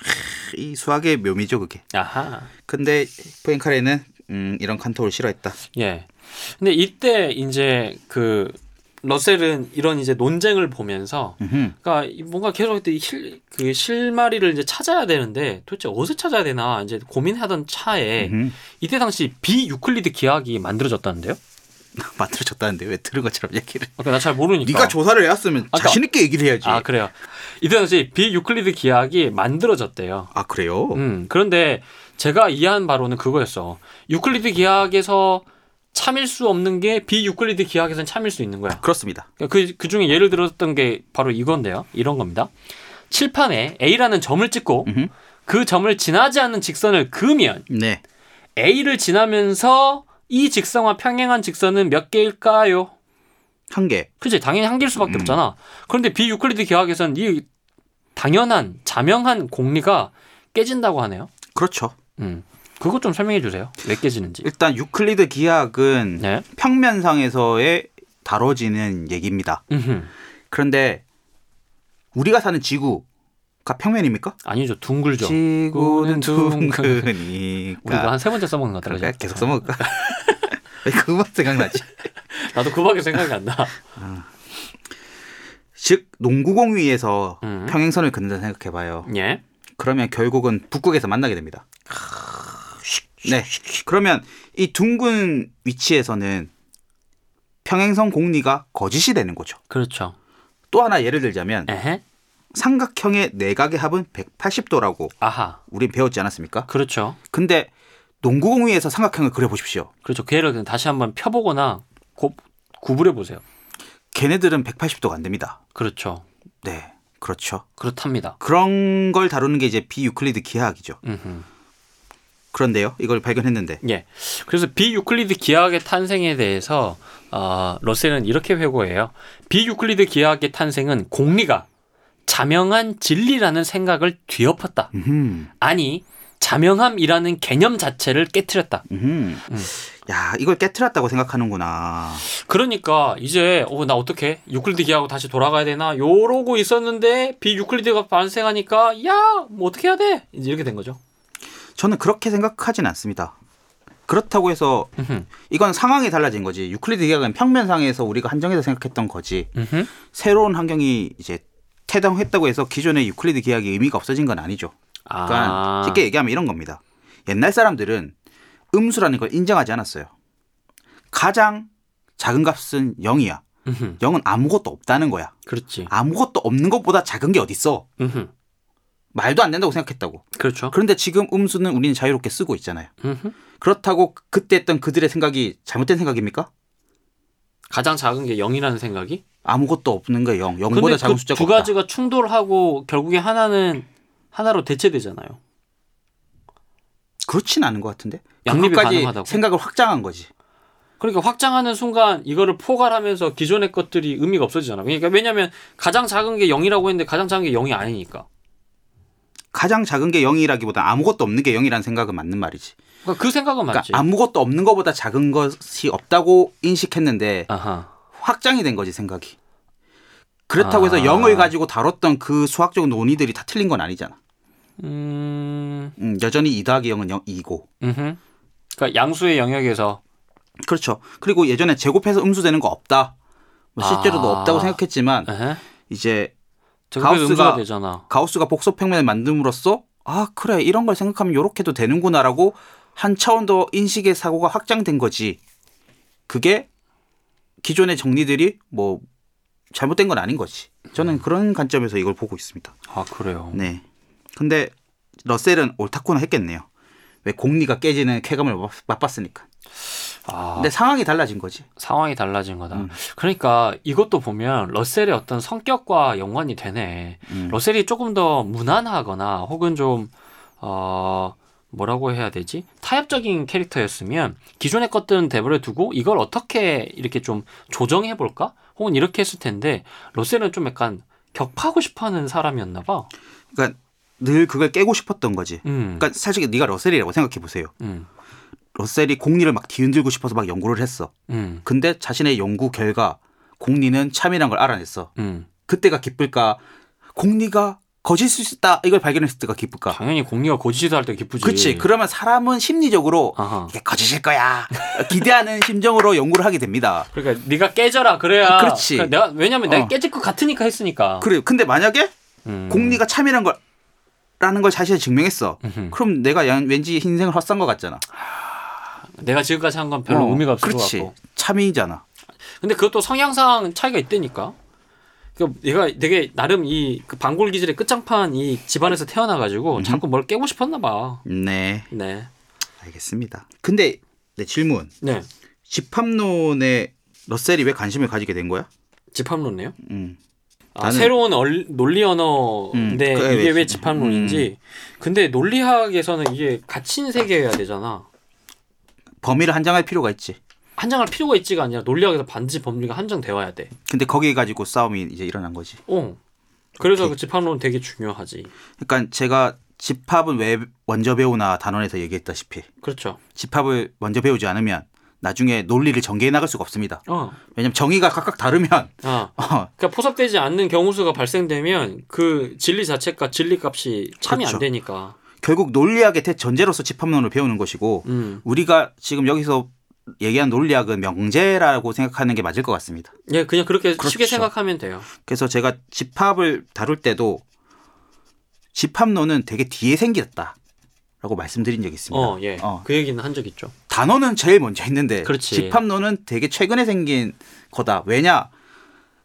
Speaker 2: 이 수학의 묘미죠, 그게.
Speaker 3: 아하.
Speaker 2: 근데 푸엔카레는 음, 이런 칸토를 싫어했다.
Speaker 3: 예. 근데 이때 이제 그 러셀은 이런 이제 논쟁을 보면서
Speaker 2: 음흠.
Speaker 3: 그러니까 이 뭔가 계속 그때 실, 그 실마리를 이제 찾아야 되는데 도대체 어디서 찾아야 되나 이제 고민하던 차에
Speaker 2: 음흠.
Speaker 3: 이때 당시 비유클리드 기하학이 만들어졌다는데요?
Speaker 2: 만들어졌다는데 왜 들은 것처럼 얘기를?
Speaker 3: 그러니까 나 잘 모르니까.
Speaker 2: 네가 조사를 해왔으면
Speaker 3: 아까-
Speaker 2: 자신 있게 얘기를 해야지.
Speaker 3: 아 그래요. 이때 당시 비유클리드 기하학이 만들어졌대요.
Speaker 2: 아 그래요?
Speaker 3: 음, 그런데 제가 이해한 바로는 그거였어. 유클리드 기하학에서 참일 수 없는 게 비유클리드 기하학에서는 참일 수 있는 거야.
Speaker 2: 그렇습니다.
Speaker 3: 그, 그 중에 예를 들었던 게 바로 이건데요. 이런 겁니다. 칠판에 A라는 점을 찍고
Speaker 2: 음흠.
Speaker 3: 그 점을 지나지 않는 직선을 그으면
Speaker 2: 네.
Speaker 3: A를 지나면서 이 직선과 평행한 직선은 몇 개일까요?
Speaker 2: 한 개.
Speaker 3: 그치 당연히 한 개일 수밖에 없잖아. 그런데 비유클리드 기하학에서는 이 당연한 자명한 공리가 깨진다고 하네요.
Speaker 2: 그렇죠.
Speaker 3: 음. 그것 좀 설명해 주세요. 왜 깨지는지.
Speaker 2: 일단 유클리드 기하학은
Speaker 3: 네.
Speaker 2: 평면상에서의 다뤄지는 얘기입니다.
Speaker 3: 음흠.
Speaker 2: 그런데 우리가 사는 지구가 평면입니까?
Speaker 3: 아니죠. 둥글죠.
Speaker 2: 지구는
Speaker 3: 둥근. 우리가
Speaker 2: 둥근이니까.
Speaker 3: 한 세 번째 써먹는 것 같아요.
Speaker 2: 그러니까 계속 써먹을까? 왜그 음악 생각나지?
Speaker 3: 나도 그밖에 생각이 안 나.
Speaker 2: 즉 농구공 위에서
Speaker 3: 음.
Speaker 2: 평행선을 긋는다 생각해봐요.
Speaker 3: 예.
Speaker 2: 그러면 결국은 북극에서 만나게 됩니다. 네. 그러면 이 둥근 위치에서는 평행선 공리가 거짓이 되는 거죠.
Speaker 3: 그렇죠.
Speaker 2: 또 하나 예를 들자면
Speaker 3: 에헤.
Speaker 2: 삼각형의 내각의 합은 180도라고
Speaker 3: 아하.
Speaker 2: 우린 배웠지 않았습니까?
Speaker 3: 그렇죠.
Speaker 2: 근데 농구공 위에서 삼각형을 그려보십시오.
Speaker 3: 그렇죠. 걔를 그냥 다시 한번 펴보거나 고, 구부려 보세요.
Speaker 2: 걔네들은 180도가 안 됩니다.
Speaker 3: 그렇죠.
Speaker 2: 네. 그렇죠.
Speaker 3: 그렇답니다.
Speaker 2: 그런 걸 다루는 게 이제 비유클리드 기하학이죠.
Speaker 3: 음흠.
Speaker 2: 그런데요. 이걸 발견했는데
Speaker 3: 예. 그래서 비유클리드 기하학의 탄생에 대해서 어, 러셀은 이렇게 회고해요. 비유클리드 기하학의 탄생은 공리가 자명한 진리라는 생각을 뒤엎었다.
Speaker 2: 음.
Speaker 3: 아니 자명함이라는 개념 자체를 깨뜨렸다.
Speaker 2: 음. 야, 이걸 깨트렸다고 생각하는구나.
Speaker 3: 그러니까 이제 어 나 어떻게 유클리드기하고 다시 돌아가야 되나 요러고 있었는데 비유클리드가 발생하니까 야 뭐 어떻게 해야 돼 이제 이렇게 된 거죠.
Speaker 2: 저는 그렇게 생각하진 않습니다. 그렇다고 해서
Speaker 3: 음흠.
Speaker 2: 이건 상황이 달라진 거지. 유클리드 기하학은 평면상에서 우리가 한정해서 생각했던 거지.
Speaker 3: 음흠.
Speaker 2: 새로운 환경이 이제 태동했다고 해서 기존의 유클리드 기하학의 의미가 없어진 건 아니죠.
Speaker 3: 아,
Speaker 2: 그러니까 쉽게 얘기하면 이런 겁니다. 옛날 사람들은 음수라는 걸 인정하지 않았어요. 가장 작은 값은 0이야.
Speaker 3: 음흠.
Speaker 2: 0은 아무것도 없다는 거야.
Speaker 3: 그렇지.
Speaker 2: 아무것도 없는 것보다 작은 게 어딨어.
Speaker 3: 음흠.
Speaker 2: 말도 안 된다고 생각했다고.
Speaker 3: 그렇죠.
Speaker 2: 그런데 지금 음수는 우리는 자유롭게 쓰고 있잖아요.
Speaker 3: 음흠.
Speaker 2: 그렇다고 그때 했던 그들의 생각이 잘못된 생각입니까?
Speaker 3: 가장 작은 게 0이라는 생각이.
Speaker 2: 아무것도 없는 게 0. 0보다
Speaker 3: 근데
Speaker 2: 작은
Speaker 3: 그
Speaker 2: 숫자가
Speaker 3: 두
Speaker 2: 없다.
Speaker 3: 가지가 충돌하고 결국에 하나는 하나로 대체되잖아요.
Speaker 2: 그렇진 않은 것 같은데.
Speaker 3: 양립이
Speaker 2: 그것까지
Speaker 3: 가능하다고?
Speaker 2: 생각을 확장한 거지.
Speaker 3: 그러니까 확장하는 순간 이거를 포괄하면서 기존의 것들이 의미가 없어지잖아. 그러니까 왜냐하면 가장 작은 게 0이라고 했는데 가장 작은 게 0이 아니니까.
Speaker 2: 가장 작은 게 0이라기보다 아무것도 없는 게 0이라는 생각은 맞는 말이지.
Speaker 3: 그러니까 그 생각은
Speaker 2: 그러니까
Speaker 3: 맞지.
Speaker 2: 아무것도 없는 것보다 작은 것이 없다고 인식했는데
Speaker 3: 아하.
Speaker 2: 확장이 된 거지 생각이. 그렇다고
Speaker 3: 아.
Speaker 2: 해서 영을 가지고 다뤘던 그 수학적 논의들이 다 틀린 건 아니잖아.
Speaker 3: 음,
Speaker 2: 음, 여전히 2 더하기 0은 0, 2고.
Speaker 3: 음흠. 그러니까 양수의 영역에서
Speaker 2: 그렇죠. 그리고 예전에 제곱해서 음수되는 거 없다. 뭐 실제로도
Speaker 3: 아.
Speaker 2: 없다고 생각했지만
Speaker 3: 에헤.
Speaker 2: 이제
Speaker 3: 제곱에서
Speaker 2: 가우스가-
Speaker 3: 음수가 되잖아.
Speaker 2: 가우스가 복소 평면을 만듦으로써 아 그래 이런 걸 생각하면 요렇게도 되는구나라고 한 차원 더 인식의 사고가 확장된 거지. 그게 기존의 정리들이 뭐 잘못된 건 아닌 거지.
Speaker 3: 음.
Speaker 2: 저는 그런 관점에서 이걸 보고 있습니다.
Speaker 3: 아 그래요.
Speaker 2: 네. 근데 러셀은 옳다고는 했겠네요. 왜 공리가 깨지는 쾌감을 맛- 맛봤으니까.
Speaker 3: 아,
Speaker 2: 근데 상황이 달라진 거지.
Speaker 3: 상황이 달라진 거다.
Speaker 2: 음.
Speaker 3: 그러니까 이것도 보면 러셀의 어떤 성격과 연관이 되네.
Speaker 2: 음.
Speaker 3: 러셀이 조금 더 무난하거나 혹은 좀, 어, 뭐라고 해야 되지? 타협적인 캐릭터였으면 기존의 것들은 내버려 두고 이걸 어떻게 이렇게 좀 조정해 볼까? 혹은 이렇게 했을 텐데 러셀은 좀 약간 격파하고 싶어 하는 사람이었나 봐.
Speaker 2: 그러니까 늘 그걸 깨고 싶었던 거지.
Speaker 3: 음.
Speaker 2: 그러니까 사실 네가 러셀이라고 생각해 보세요.
Speaker 3: 음.
Speaker 2: 러셀이 공리를 막 뒤흔들고 싶어서 막 연구를 했어.
Speaker 3: 음.
Speaker 2: 근데 자신의 연구 결과 공리는 참이란 걸 알아냈어.
Speaker 3: 음.
Speaker 2: 그때가 기쁠까? 공리가 거짓일 수 있다. 이걸 발견했을 때가 기쁠까?
Speaker 3: 당연히 공리가 고지지도 할 때 기쁘지.
Speaker 2: 그치. 그러면 사람은 심리적으로
Speaker 3: 아하.
Speaker 2: 이게 거짓일 거야. 기대하는 심정으로 연구를 하게 됩니다.
Speaker 3: 그러니까 네가 깨져라 그래야.
Speaker 2: 아, 그렇지.
Speaker 3: 그러니까 내가 왜냐면 내가
Speaker 2: 어.
Speaker 3: 깨질 것 같으니까 했으니까.
Speaker 2: 그래. 근데 만약에
Speaker 3: 아. 음.
Speaker 2: 공리가 참이란 걸 라는 걸 자신이 증명했어.
Speaker 3: 음흠.
Speaker 2: 그럼 내가 연- 왠지 인생을 헛산 것 같잖아.
Speaker 3: 내가 지금까지 한 건 별로
Speaker 2: 어,
Speaker 3: 의미가 없을
Speaker 2: 그렇지.
Speaker 3: 것 같고.
Speaker 2: 참이잖아.
Speaker 3: 근데 그것도 성향상 차이가 있다니까. 그러니까 얘가 되게 나름 이그 반골 기질의 끝장판 이 집안에서 태어나가지고 자꾸 뭘 깨고 싶었나 봐.
Speaker 2: 네.
Speaker 3: 네.
Speaker 2: 알겠습니다. 근데 내 질문.
Speaker 3: 네.
Speaker 2: 집합론에 러셀이 왜 관심을 가지게 된 거야?
Speaker 3: 집합론이에요?
Speaker 2: 음.
Speaker 3: 아,
Speaker 2: 나는-
Speaker 3: 새로운 얼- 논리 언어인데 네,
Speaker 2: 음, 그게
Speaker 3: 이게
Speaker 2: 왜- 음,
Speaker 3: 왜 집합론인지. 근데 논리학에서는 이게 갇힌 세계여야 되잖아.
Speaker 2: 범위를 한정할 필요가 있지.
Speaker 3: 한정할 필요가 있지가 아니라 논리학에서 반드시 범위가 한정돼 와야 돼.
Speaker 2: 근데 거기에 가지고 싸움이 이제 일어난 거지.
Speaker 3: 어. 그래서 그 집합론 되게 중요하지.
Speaker 2: 그러니까 제가 집합은 왜 원저 배우나 단원에서 얘기했다시피
Speaker 3: 그렇죠.
Speaker 2: 집합을 먼저 배우지 않으면 나중에 논리를 전개해 나갈 수가 없습니다.
Speaker 3: 어.
Speaker 2: 왜냐면 정의가 각각 다르면
Speaker 3: 아.
Speaker 2: 어,
Speaker 3: 그러니까 포섭되지 않는 경우수가 발생되면 그 진리 자체가 진리 값이 참이
Speaker 2: 그렇죠.
Speaker 3: 안 되니까.
Speaker 2: 결국 논리학의 대전제로서 집합론을 배우는 것이고
Speaker 3: 음.
Speaker 2: 우리가 지금 여기서 얘기한 논리학은 명제라고 생각하는 게 맞을 것 같습니다.
Speaker 3: 예, 그냥 그렇게 쉽게
Speaker 2: 그렇죠.
Speaker 3: 생각하면 돼요.
Speaker 2: 그래서 제가 집합을 다룰 때도 집합론은 되게 뒤에 생겼다라고 말씀드린 적이 있습니다.
Speaker 3: 어, 예.
Speaker 2: 어.
Speaker 3: 그 얘기는 한 적 있죠.
Speaker 2: 단어는 제일 먼저 했는데
Speaker 3: 그렇지.
Speaker 2: 집합론은 되게 최근에 생긴 거다. 왜냐?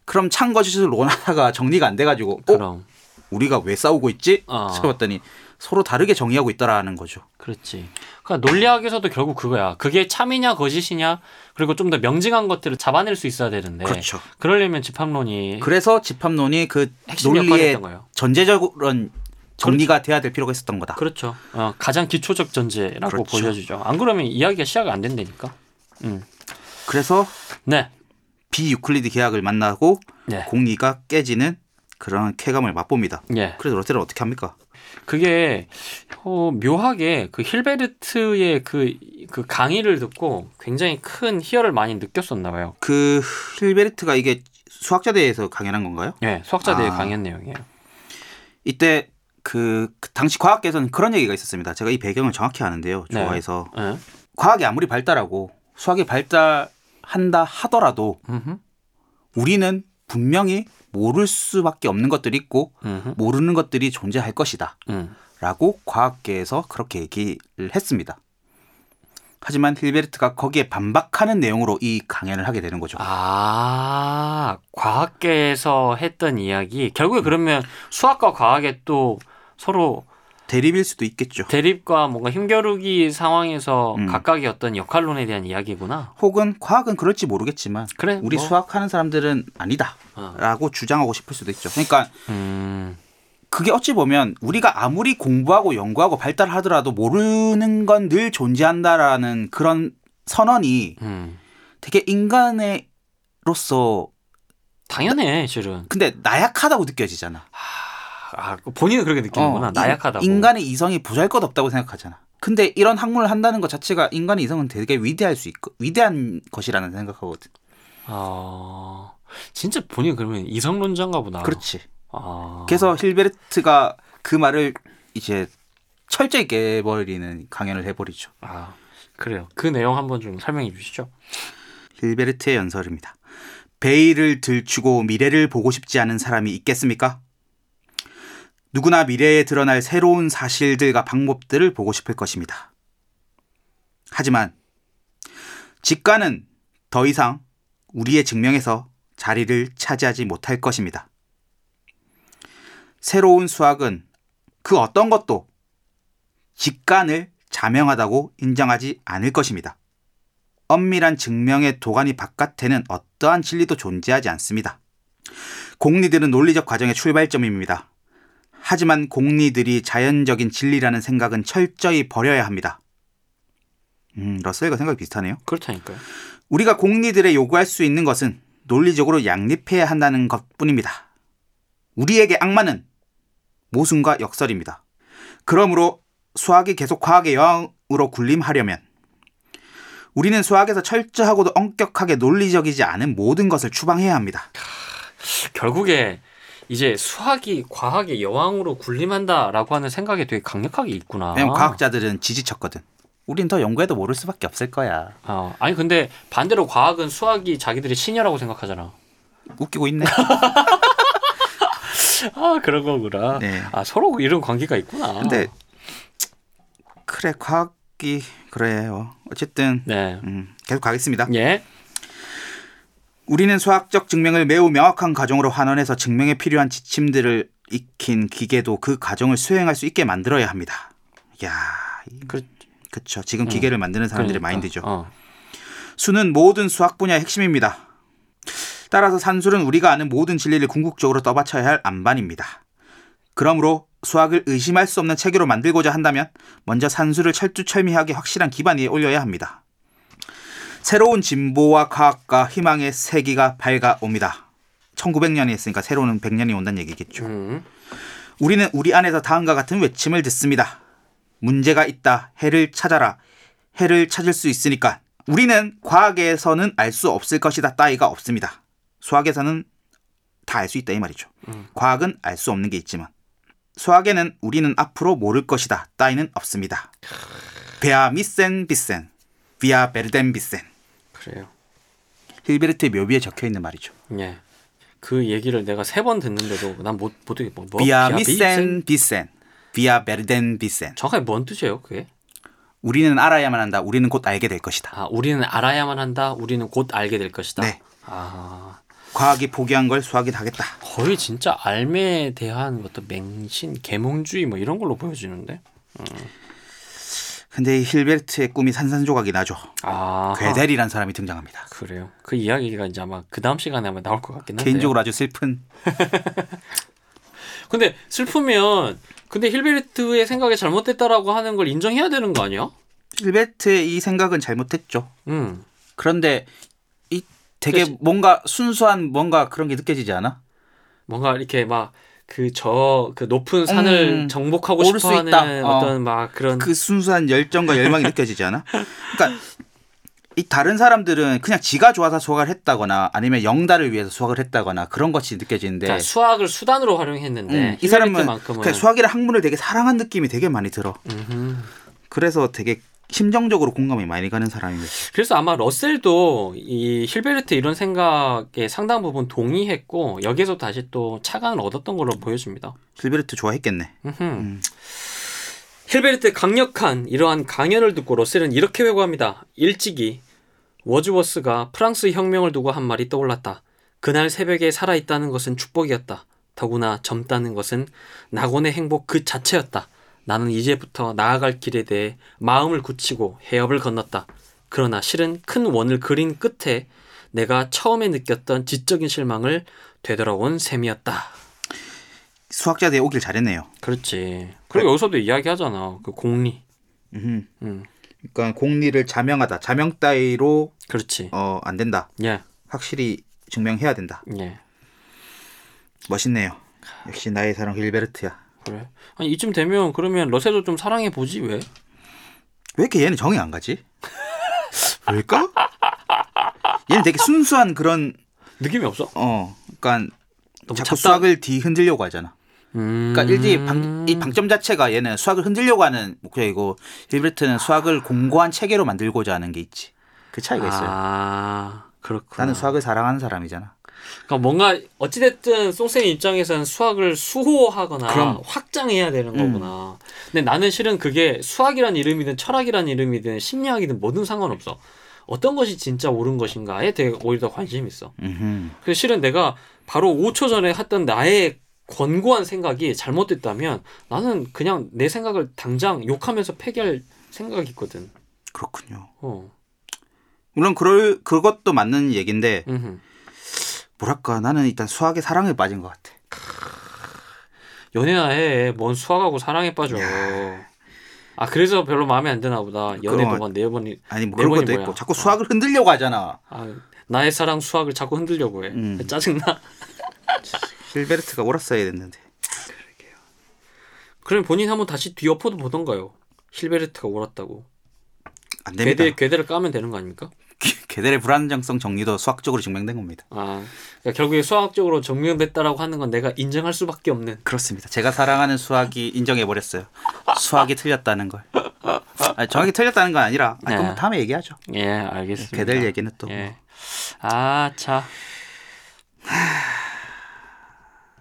Speaker 2: 그럼 창거짓을 논하다가 정리가 안 돼가지고 어?
Speaker 3: 그럼.
Speaker 2: 우리가 왜 싸우고 있지?
Speaker 3: 아.
Speaker 2: 찾아봤더니 서로 다르게 정의하고 있다라는 거죠.
Speaker 3: 그렇지. 그러니까 논리학에서도 결국 그거야. 그게 참이냐 거짓이냐 그리고 좀 더 명징한 것들을 잡아낼 수 있어야 되는데.
Speaker 2: 그렇죠.
Speaker 3: 그러려면 집합론이
Speaker 2: 그래서 집합론이 그
Speaker 3: 예. 핵심 역할을
Speaker 2: 논리의
Speaker 3: 했던 거예요.
Speaker 2: 전제적인 정리가 돼야 될 필요가 있었던 거다.
Speaker 3: 그렇죠. 어, 가장 기초적 전제라고
Speaker 2: 그렇죠.
Speaker 3: 보여지죠. 안 그러면 이야기가 시작이 안 된다니까. 음.
Speaker 2: 그래서
Speaker 3: 네.
Speaker 2: 비유클리드 계약을 만나고
Speaker 3: 네.
Speaker 2: 공리가 깨지는 그런 쾌감을 맛봅니다.
Speaker 3: 예.
Speaker 2: 그래서 러셀은 어떻게 합니까?
Speaker 3: 그게 어, 묘하게 그 힐베르트의 그, 그 강의를 듣고 굉장히 큰 희열을 많이 느꼈었나 봐요.
Speaker 2: 그 힐베르트가 이게 수학자대회에서 강연한 건가요?
Speaker 3: 예, 수학자들의
Speaker 2: 아.
Speaker 3: 강연 내용이에요.
Speaker 2: 이때 그, 그 당시 과학계에서는 그런 얘기가 있었습니다. 제가 이 배경을 정확히 아는데요.
Speaker 3: 네.
Speaker 2: 좋아해서
Speaker 3: 예.
Speaker 2: 과학이 아무리 발달하고 수학이 발달한다 하더라도
Speaker 3: 음흠,
Speaker 2: 우리는 분명히 모를 수밖에 없는 것들이 있고
Speaker 3: 음흠,
Speaker 2: 모르는 것들이 존재할 것이다.
Speaker 3: 음.
Speaker 2: 라고 과학계에서 그렇게 얘기를 했습니다. 하지만 힐베르트가 거기에 반박하는 내용으로 이 강연을 하게 되는 거죠.
Speaker 3: 아, 과학계에서 했던 이야기. 결국에 그러면 수학과 과학의 또 서로
Speaker 2: 대립일 수도 있겠죠.
Speaker 3: 대립과 뭔가 힘겨루기 상황에서
Speaker 2: 음.
Speaker 3: 각각의 어떤 역할론에 대한 이야기구나.
Speaker 2: 혹은 과학은 그럴지 모르겠지만
Speaker 3: 그래.
Speaker 2: 우리
Speaker 3: 뭐.
Speaker 2: 수학하는 사람들은 아니다라고
Speaker 3: 어.
Speaker 2: 주장하고 싶을 수도 있죠. 그러니까
Speaker 3: 음,
Speaker 2: 그게 어찌 보면 우리가 아무리 공부하고 연구하고 발달하더라도 모르는 건 늘 존재한다라는 그런 선언이
Speaker 3: 음.
Speaker 2: 되게 인간으로서
Speaker 3: 당연해, 실은.
Speaker 2: 근데 나약하다고 느껴지잖아.
Speaker 3: 아, 본인은 그렇게 느끼는구나.
Speaker 2: 어, 인-
Speaker 3: 나약하다고.
Speaker 2: 인간의 이성이 보잘것없다고 생각하잖아. 근데 이런 학문을 한다는 것 자체가 인간의 이성은 되게 위대할 수 있고 위대한 것이라는 생각하거든.
Speaker 3: 어. 진짜 본인 그러면 이성론자인가 보다.
Speaker 2: 그렇지.
Speaker 3: 아.
Speaker 2: 그래서 힐베르트가 그 말을 이제 철저히 깨버리는 강연을 해버리죠.
Speaker 3: 아, 그래요. 그 내용 한번 좀 설명해 주시죠.
Speaker 2: 힐베르트의 연설입니다. 베일을 들추고 미래를 보고 싶지 않은 사람이 있겠습니까? 누구나 미래에 드러날 새로운 사실들과 방법들을 보고 싶을 것입니다. 하지만 직관은 더 이상 우리의 증명에서 자리를 차지하지 못할 것입니다. 새로운 수학은 그 어떤 것도 직관을 자명하다고 인정하지 않을 것입니다. 엄밀한 증명의 도가니 바깥에는 어떠한 진리도 존재하지 않습니다. 공리들은 논리적 과정의 출발점입니다. 하지만 공리들이 자연적인 진리라는 생각은 철저히 버려야 합니다. 음, 러셀과 생각이 비슷하네요.
Speaker 3: 그렇다니까요.
Speaker 2: 우리가 공리들의 요구할 수 있는 것은 논리적으로 양립해야 한다는 것뿐입니다. 우리에게 악마는 모순과 역설입니다. 그러므로 수학이 계속 과학의 여왕으로 군림하려면 우리는 수학에서 철저하고도 엄격하게 논리적이지 않은 모든 것을 추방해야 합니다.
Speaker 3: 결국에 이제 수학이 과학의 여왕으로 군림한다라고 하는 생각이 되게 강력하게 있구나.
Speaker 2: 왜냐면 네, 과학자들은 지지쳤거든. 아. 우린 더 연구해도 모를 수밖에 없을 거야.
Speaker 3: 어, 아니 근데 반대로 과학은 수학이 자기들이 신이라고 생각하잖아.
Speaker 2: 웃기고 있네.
Speaker 3: 아 그런 거구나.
Speaker 2: 네.
Speaker 3: 아 서로 이런 관계가 있구나.
Speaker 2: 근데 그래 과학이 그래요. 어쨌든
Speaker 3: 네.
Speaker 2: 음, 계속 가겠습니다.
Speaker 3: 예.
Speaker 2: 우리는 수학적 증명을 매우 명확한 가정으로 환원해서 증명에 필요한 지침들을 익힌 기계도 그 가정을 수행할 수 있게 만들어야 합니다. 야, 그, 그쵸. 지금 기계를 만드는
Speaker 3: 음.
Speaker 2: 사람들의
Speaker 3: 그러니까.
Speaker 2: 마인드죠.
Speaker 3: 어.
Speaker 2: 수는 모든 수학 분야의 핵심입니다. 따라서 산술은 우리가 아는 모든 진리를 궁극적으로 떠받쳐야 할 안반입니다. 그러므로 수학을 의심할 수 없는 체계로 만들고자 한다면 먼저 산술을 철두철미하게 확실한 기반 위에 올려야 합니다. 새로운 진보와 과학과 희망의 세기가 밝아옵니다. 1900년이 했으니까 새로운 100년이 온다는 얘기겠죠.
Speaker 3: 음.
Speaker 2: 우리는 우리 안에서 다음과 같은 외침을 듣습니다. 문제가 있다. 해를 찾아라. 해를 찾을 수 있으니까. 우리는 과학에서는 알 수 없을 것이다. 따위가 없습니다. 수학에서는 다 알 수 있다 이 말이죠. 과학은 알 수 없는 게 있지만 수학에는 우리는 앞으로 모를 것이다. 따위는 없습니다. 베아 미센 비센, 비아 베르덴 비센.
Speaker 3: 그래요.
Speaker 2: 힐베르트의 묘비에 적혀 있는 말이죠.
Speaker 3: 예. 그 얘기를 내가 세 번 듣는데도 난 못 못 되겠 뭐. 뭐,
Speaker 2: 비아
Speaker 3: 비아 미센?
Speaker 2: 미센 비센, 비아 베르덴 비센.
Speaker 3: 정확히 뭔 뜻이에요 그게?
Speaker 2: 우리는 알아야만 한다. 우리는 곧 알게 될 것이다.
Speaker 3: 아 우리는 알아야만 한다. 우리는 곧 알게 될 것이다.
Speaker 2: 네.
Speaker 3: 아
Speaker 2: 과학이 포기한 걸 수학이 다겠다.
Speaker 3: 거의 진짜 알매에 대한 어떤 맹신, 계몽주의 뭐 이런 걸로 보여지는데.
Speaker 2: 근데 이 힐베르트의 꿈이 산산조각이 나죠.
Speaker 3: 아
Speaker 2: 괴델이란 사람이 등장합니다.
Speaker 3: 그래요. 그 이야기가 이제 아마 그 다음 시간에 아마 나올 것 같긴 한데.
Speaker 2: 개인적으로 아주 슬픈
Speaker 3: 근데 슬프면 근데 힐베르트의 생각이 잘못됐다라고 하는 걸 인정해야 되는 거 아니야?
Speaker 2: 힐베르트의 이 생각은 잘못했죠.
Speaker 3: 음.
Speaker 2: 그런데 이 되게
Speaker 3: 그치.
Speaker 2: 뭔가 순수한 뭔가 그런 게 느껴지지 않아?
Speaker 3: 뭔가 이렇게 막 그 저 그 높은 산을
Speaker 2: 음,
Speaker 3: 정복하고
Speaker 2: 오를 수
Speaker 3: 싶어하는
Speaker 2: 있다. 어.
Speaker 3: 어떤 막 그런
Speaker 2: 그 순수한 열정과 열망이 느껴지지 않아? 그러니까 이 다른 사람들은 그냥 지가 좋아서 수학을 했다거나 아니면 영달을 위해서 수학을 했다거나 그런 것이 느껴지는데
Speaker 3: 그러니까 수학을 수단으로 활용했는데
Speaker 2: 음, 이 사람은
Speaker 3: 네. 힐베르트만큼은
Speaker 2: 그냥 수학이라 학문을 되게 사랑한 느낌이 되게 많이 들어.
Speaker 3: 음흠.
Speaker 2: 그래서 되게 심정적으로 공감이 많이 가는 사람입니다.
Speaker 3: 그래서 아마 러셀도 이 힐베르트 이런 생각에 상당 부분 동의했고 여기서 다시 또 차관을 얻었던 걸로 보여집니다.
Speaker 2: 길베르트 좋아했겠네.
Speaker 3: 음흠. 힐베르트의 강력한 이러한 강연을 듣고 러셀은 이렇게 회고합니다. 일찍이 워즈워스가 프랑스 혁명을 두고 한 말이 떠올랐다. 그날 새벽에 살아있다는 것은 축복이었다. 더구나 젊다는 것은 낙원의 행복 그 자체였다. 나는 이제부터 나아갈 길에 대해 마음을 굳히고 해협을 건넜다. 그러나 실은 큰 원을 그린 끝에 내가 처음에 느꼈던 지적인 실망을 되돌아온 셈이었다.
Speaker 2: 수학자들이 오길 잘했네요.
Speaker 3: 그렇지. 그리고 여기서도 이야기하잖아. 그 공리.
Speaker 2: 음.
Speaker 3: 음.
Speaker 2: 그러니까 공리를 자명하다. 자명 따위로
Speaker 3: 그렇지.
Speaker 2: 어, 안 된다.
Speaker 3: 예.
Speaker 2: 확실히 증명해야 된다.
Speaker 3: 예.
Speaker 2: 멋있네요. 역시 나의 사랑 길베르트야.
Speaker 3: 그래. 아니 이쯤 되면 그러면 러셀도 좀 사랑해 보지 왜?
Speaker 2: 왜 이렇게 얘는 정이 안 가지? 왜일까? 얘는 되게 순수한 그런
Speaker 3: 느낌이 없어.
Speaker 2: 어, 그러니까
Speaker 3: 너무
Speaker 2: 자꾸
Speaker 3: 잡다-
Speaker 2: 수학을 뒤흔들려고 하잖아.
Speaker 3: 음.
Speaker 2: 그러니까 일지 방, 이 방점 자체가 얘는 수학을 흔들려고 하는 목표이고 힐베르트는 수학을 공고한 체계로 만들고자 하는 게 있지. 그 차이가 있어요.
Speaker 3: 아 그렇구나.
Speaker 2: 나는 수학을 사랑하는 사람이잖아.
Speaker 3: 그러니까 뭔가 어찌됐든 송쌤 입장에서는 수학을 수호하거나
Speaker 2: 그럼.
Speaker 3: 확장해야 되는
Speaker 2: 음.
Speaker 3: 거구나. 근데 나는 실은 그게 수학이란 이름이든 철학이란 이름이든 심리학이든 뭐든 상관없어. 어떤 것이 진짜 옳은 것인가에 되게 오히려 더 관심이 있어.
Speaker 2: 음흠.
Speaker 3: 그래서 실은 내가 바로 5초 전에 했던 나의 권고한 생각이 잘못됐다면 나는 그냥 내 생각을 당장 욕하면서 폐기할 생각이 있거든.
Speaker 2: 그렇군요.
Speaker 3: 어.
Speaker 2: 물론 그럴 그것도 맞는 얘긴데
Speaker 3: 음흠.
Speaker 2: 뭐랄까 나는 일단 수학에 사랑에 빠진 것 같아.
Speaker 3: 연애나 해. 뭔 수학하고 사랑에 빠져. 아 그래서 별로 마음에 안 드나 보다. 연애
Speaker 2: 그럼-
Speaker 3: 동안 네 번이
Speaker 2: 아니 뭐
Speaker 3: 네
Speaker 2: 그런
Speaker 3: 번이
Speaker 2: 것도
Speaker 3: 뭐야?
Speaker 2: 있고 자꾸 수학을 흔들려고 하잖아.
Speaker 3: 아, 나의 사랑 수학을 자꾸 흔들려고 해.
Speaker 2: 음.
Speaker 3: 짜증나.
Speaker 2: 힐베르트가 옳았어야 됐는데.
Speaker 3: 그럼 본인 한번 다시 뒤엎어도 보던가요. 힐베르트가 옳았다고.
Speaker 2: 안 됩니다.
Speaker 3: 괴대 괴대를 까면 되는 거 아닙니까?
Speaker 2: 개들의 불안정성 정리도 수학적으로 증명된 겁니다.
Speaker 3: 아 그러니까 결국에 수학적으로 증명됐다라고 하는 건 내가 인정할 수밖에 없는.
Speaker 2: 그렇습니다. 제가 사랑하는 수학이 인정해 버렸어요. 수학이 틀렸다는 걸. 아니, 정확히 틀렸다는 건 아니라 아, 그럼
Speaker 3: 네.
Speaker 2: 다음에 얘기하죠.
Speaker 3: 예 알겠습니다.
Speaker 2: 개들 얘기는 또. 뭐.
Speaker 3: 예. 아, 자.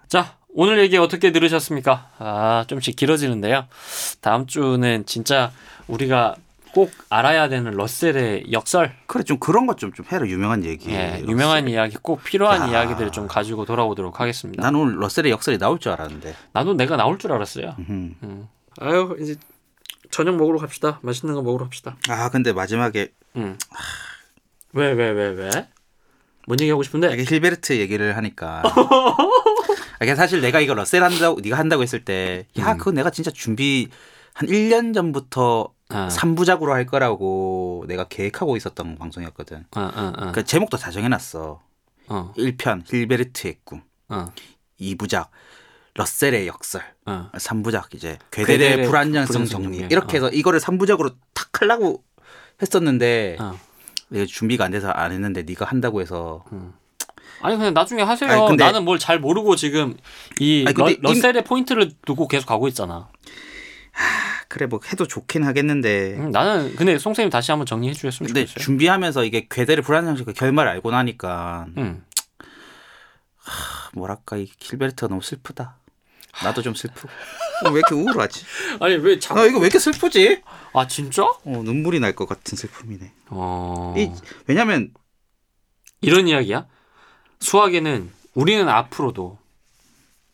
Speaker 3: 자, 오늘 얘기 어떻게 들으셨습니까? 아, 좀씩 길어지는데요. 다음 주는 진짜 우리가 꼭 알아야 되는 러셀의 역설,
Speaker 2: 그래 좀 그런 것 좀 좀 해라 유명한 얘기.
Speaker 3: 예, 유명한 이야기, 꼭 필요한
Speaker 2: 야.
Speaker 3: 이야기들을 좀 가지고 돌아오도록 하겠습니다.
Speaker 2: 난 오늘 러셀의 역설이 나올 줄 알았는데.
Speaker 3: 나도 내가 나올 줄 알았어요.
Speaker 2: 음.
Speaker 3: 아유, 이제 저녁 먹으러 갑시다. 맛있는 거 먹으러 갑시다.
Speaker 2: 아 근데 마지막에
Speaker 3: 음. 왜, 왜, 왜, 왜? 뭔 얘기 하고 싶은데?
Speaker 2: 이게 힐베르트 얘기를 하니까. 아, 이게 사실 내가 이거 러셀 한다고 네가 한다고 했을 때, 야
Speaker 3: 음.
Speaker 2: 그거 내가 진짜 준비 한 1년 전부터
Speaker 3: 아.
Speaker 2: 삼부작으로할 거라고 내가 계획하고 있었던 방송이었거든.
Speaker 3: 어, 어, 어.
Speaker 2: 그 제목도 다 정해놨어.
Speaker 3: 어,
Speaker 2: 1편 힐베르트의 꿈,
Speaker 3: 어,
Speaker 2: 2부작 러셀의 역설,
Speaker 3: 어.
Speaker 2: 3부작 이제
Speaker 3: 괴델의
Speaker 2: 괴델의 불안정성
Speaker 3: 불안정성
Speaker 2: 정리.
Speaker 3: 정리.
Speaker 2: 이렇게
Speaker 3: 어.
Speaker 2: 해서 이거를 3부작으로 탁 하려고 했었는데
Speaker 3: 어.
Speaker 2: 내가 준비가 안 돼서 안 했는데 네가 한다고 해서
Speaker 3: 아니 그냥 나중에 하세요.
Speaker 2: 아니, 근데-
Speaker 3: 나는 뭘 잘 모르고 지금 이
Speaker 2: 아니, 근데
Speaker 3: 러, 셀의 포인트를 두고 계속 가고 있잖아.
Speaker 2: 아, 그래 뭐 해도 좋긴 하겠는데
Speaker 3: 음, 나는 근데 송 쌤이 다시 한번 정리해 주셨으면
Speaker 2: 네. 근데
Speaker 3: 좋겠어요.
Speaker 2: 준비하면서 이게 괴델의 불안정성 그 결말을 알고 나니까
Speaker 3: 음.
Speaker 2: 아, 뭐랄까 이 힐베르트가 너무 슬프다. 나도 좀 슬프고 어, 왜 이렇게 우울하지?
Speaker 3: 아니 왜 자?
Speaker 2: 아 이거 왜 이렇게 슬프지?
Speaker 3: 아 진짜?
Speaker 2: 어, 눈물이 날 것 같은 슬픔이네.
Speaker 3: 어.
Speaker 2: 이, 왜냐면
Speaker 3: 이런 이야기야? 수학에는 우리는 앞으로도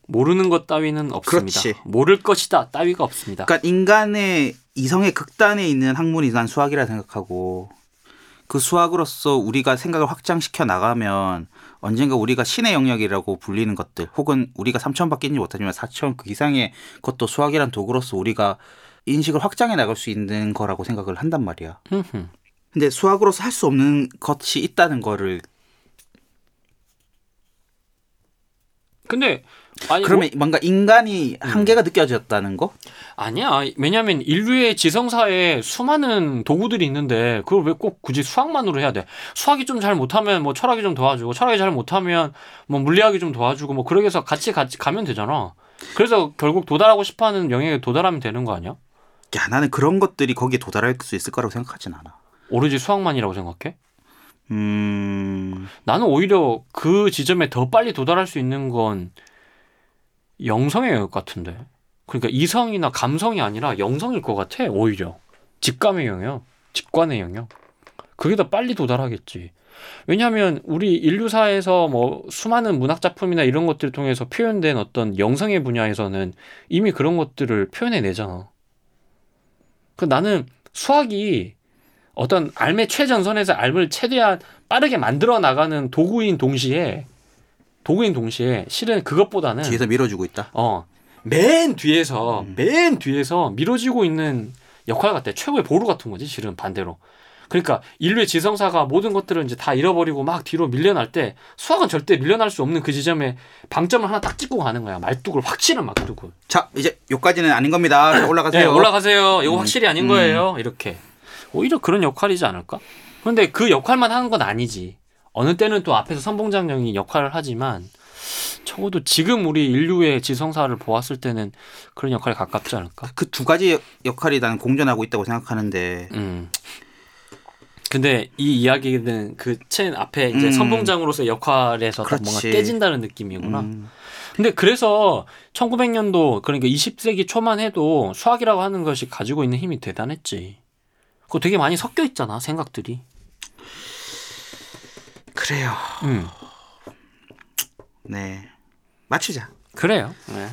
Speaker 3: 모르는 것 따위는 없습니다.
Speaker 2: 그렇지.
Speaker 3: 모를 것이다 따위가 없습니다.
Speaker 2: 그러니까 인간의 이성의 극단에 있는 학문이 난 수학이라 생각하고 그 수학으로서 우리가 생각을 확장시켜 나가면 언젠가 우리가 신의 영역이라고 불리는 것들 혹은 우리가 3차원밖에 있지 못하지만 4차원 그 이상의 것도 수학이란 도구로서 우리가 인식을 확장해 나갈 수 있는 거라고 생각을 한단 말이야.
Speaker 3: 흠흠.
Speaker 2: 근데 수학으로서 할 수 없는 것이 있다는 거를
Speaker 3: 근데 아니 뭐- 음.
Speaker 2: 그러면 뭔가 인간이 한계가 느껴졌다는 거?
Speaker 3: 아니야. 왜냐하면 인류의 지성사에 수많은 도구들이 있는데 그걸 왜 꼭 굳이 수학만으로 해야 돼? 수학이 좀 잘 못하면 뭐 철학이 좀 도와주고 철학이 잘 못하면 뭐 물리학이 좀 도와주고 뭐 그러게 해서 같이 같이 가면 되잖아. 그래서 결국 도달하고 싶어하는 영역에 도달하면 되는 거 아니야?
Speaker 2: 야 나는 그런 것들이 거기에 도달할 수 있을 거라고 생각하진 않아.
Speaker 3: 오로지 수학만이라고 생각해?
Speaker 2: 음,
Speaker 3: 나는 오히려 그 지점에 더 빨리 도달할 수 있는 건 영성의 영역 같은데. 그러니까 이성이나 감성이 아니라 영성일 것 같아, 오히려. 직감의 영역, 직관의 영역. 그게 더 빨리 도달하겠지. 왜냐하면 우리 인류사에서 뭐 수많은 문학 작품이나 이런 것들을 통해서 표현된 어떤 영성의 분야에서는 이미 그런 것들을 표현해내잖아. 그 나는 수학이 어떤 알의 최전선에서 알을 최대한 빠르게 만들어 나가는 도구인 동시에 도구인 동시에 실은 그것보다는
Speaker 2: 뒤에서 밀어주고 있다.
Speaker 3: 어맨 뒤에서 맨 뒤에서 밀어지고 있는 역할 같아 최고의 보루 같은 거지 실은 반대로 그러니까 인류의 지성사가 모든 것들을 이제 다 잃어버리고 막 뒤로 밀려날 때 수학은 절대 밀려날 수 없는 그 지점에 방점을 하나 딱 찍고 가는 거야 말뚝을 확실한 말뚝을
Speaker 2: 자, 이제 요까지는 아닌 겁니다. 자, 올라가세요.
Speaker 3: 네, 올라가세요. 이거
Speaker 2: 음,
Speaker 3: 확실히 아닌
Speaker 2: 음.
Speaker 3: 거예요. 이렇게. 오히려 그런 역할이지 않을까? 그런데 그 역할만 하는 건 아니지. 어느 때는 또 앞에서 선봉장령이 역할을 하지만 적어도 지금 우리 인류의 지성사를 보았을 때는 그런 역할에 가깝지 않을까?
Speaker 2: 그 두 가지 역할이 난 공존하고 있다고 생각하는데
Speaker 3: 음. 근데 이 이야기는 그 첸 앞에 이제
Speaker 2: 음.
Speaker 3: 선봉장으로서의 역할에서 딱 뭔가
Speaker 2: 그렇지.
Speaker 3: 깨진다는 느낌이구나.
Speaker 2: 음,
Speaker 3: 근데 그래서 1900년도 그러니까 20세기 초만 해도 수학이라고 하는 것이 가지고 있는 힘이 대단했지. 그거 되게 많이 섞여 있잖아 생각들이.
Speaker 2: 그래요.
Speaker 3: 음.
Speaker 2: 네. 맞추자.
Speaker 3: 그래요. 네.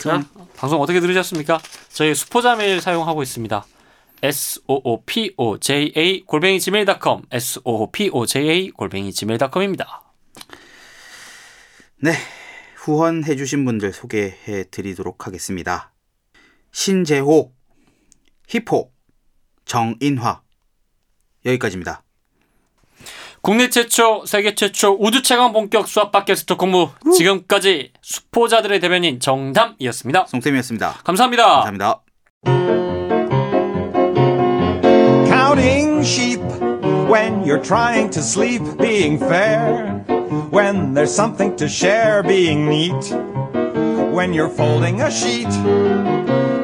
Speaker 3: 자, 방송 어떻게 들으셨습니까? 저희 수포자 메일 사용하고 있습니다. soopoja 골뱅이 gmail.com soopoja 골뱅이 gmail.com입니다.
Speaker 2: 네. 후원해 주신 분들 소개해 드리도록 하겠습니다. 신재호, 히포, 정인화. 여기까지입니다.
Speaker 3: 국내 최초, 세계 최초 우주 체감 본격 수학 팟캐스트 공부 지금까지 수포자들의 대변인 정담이었습니다.
Speaker 2: 송쌤이었습니다.
Speaker 3: 감사합니다.
Speaker 2: 감사합니다.
Speaker 1: counting sheep when you're trying to sleep being fair when there's something to share being neat when you're folding a sheet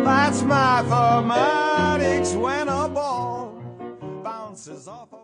Speaker 1: that's mathematics when a ball bounces off a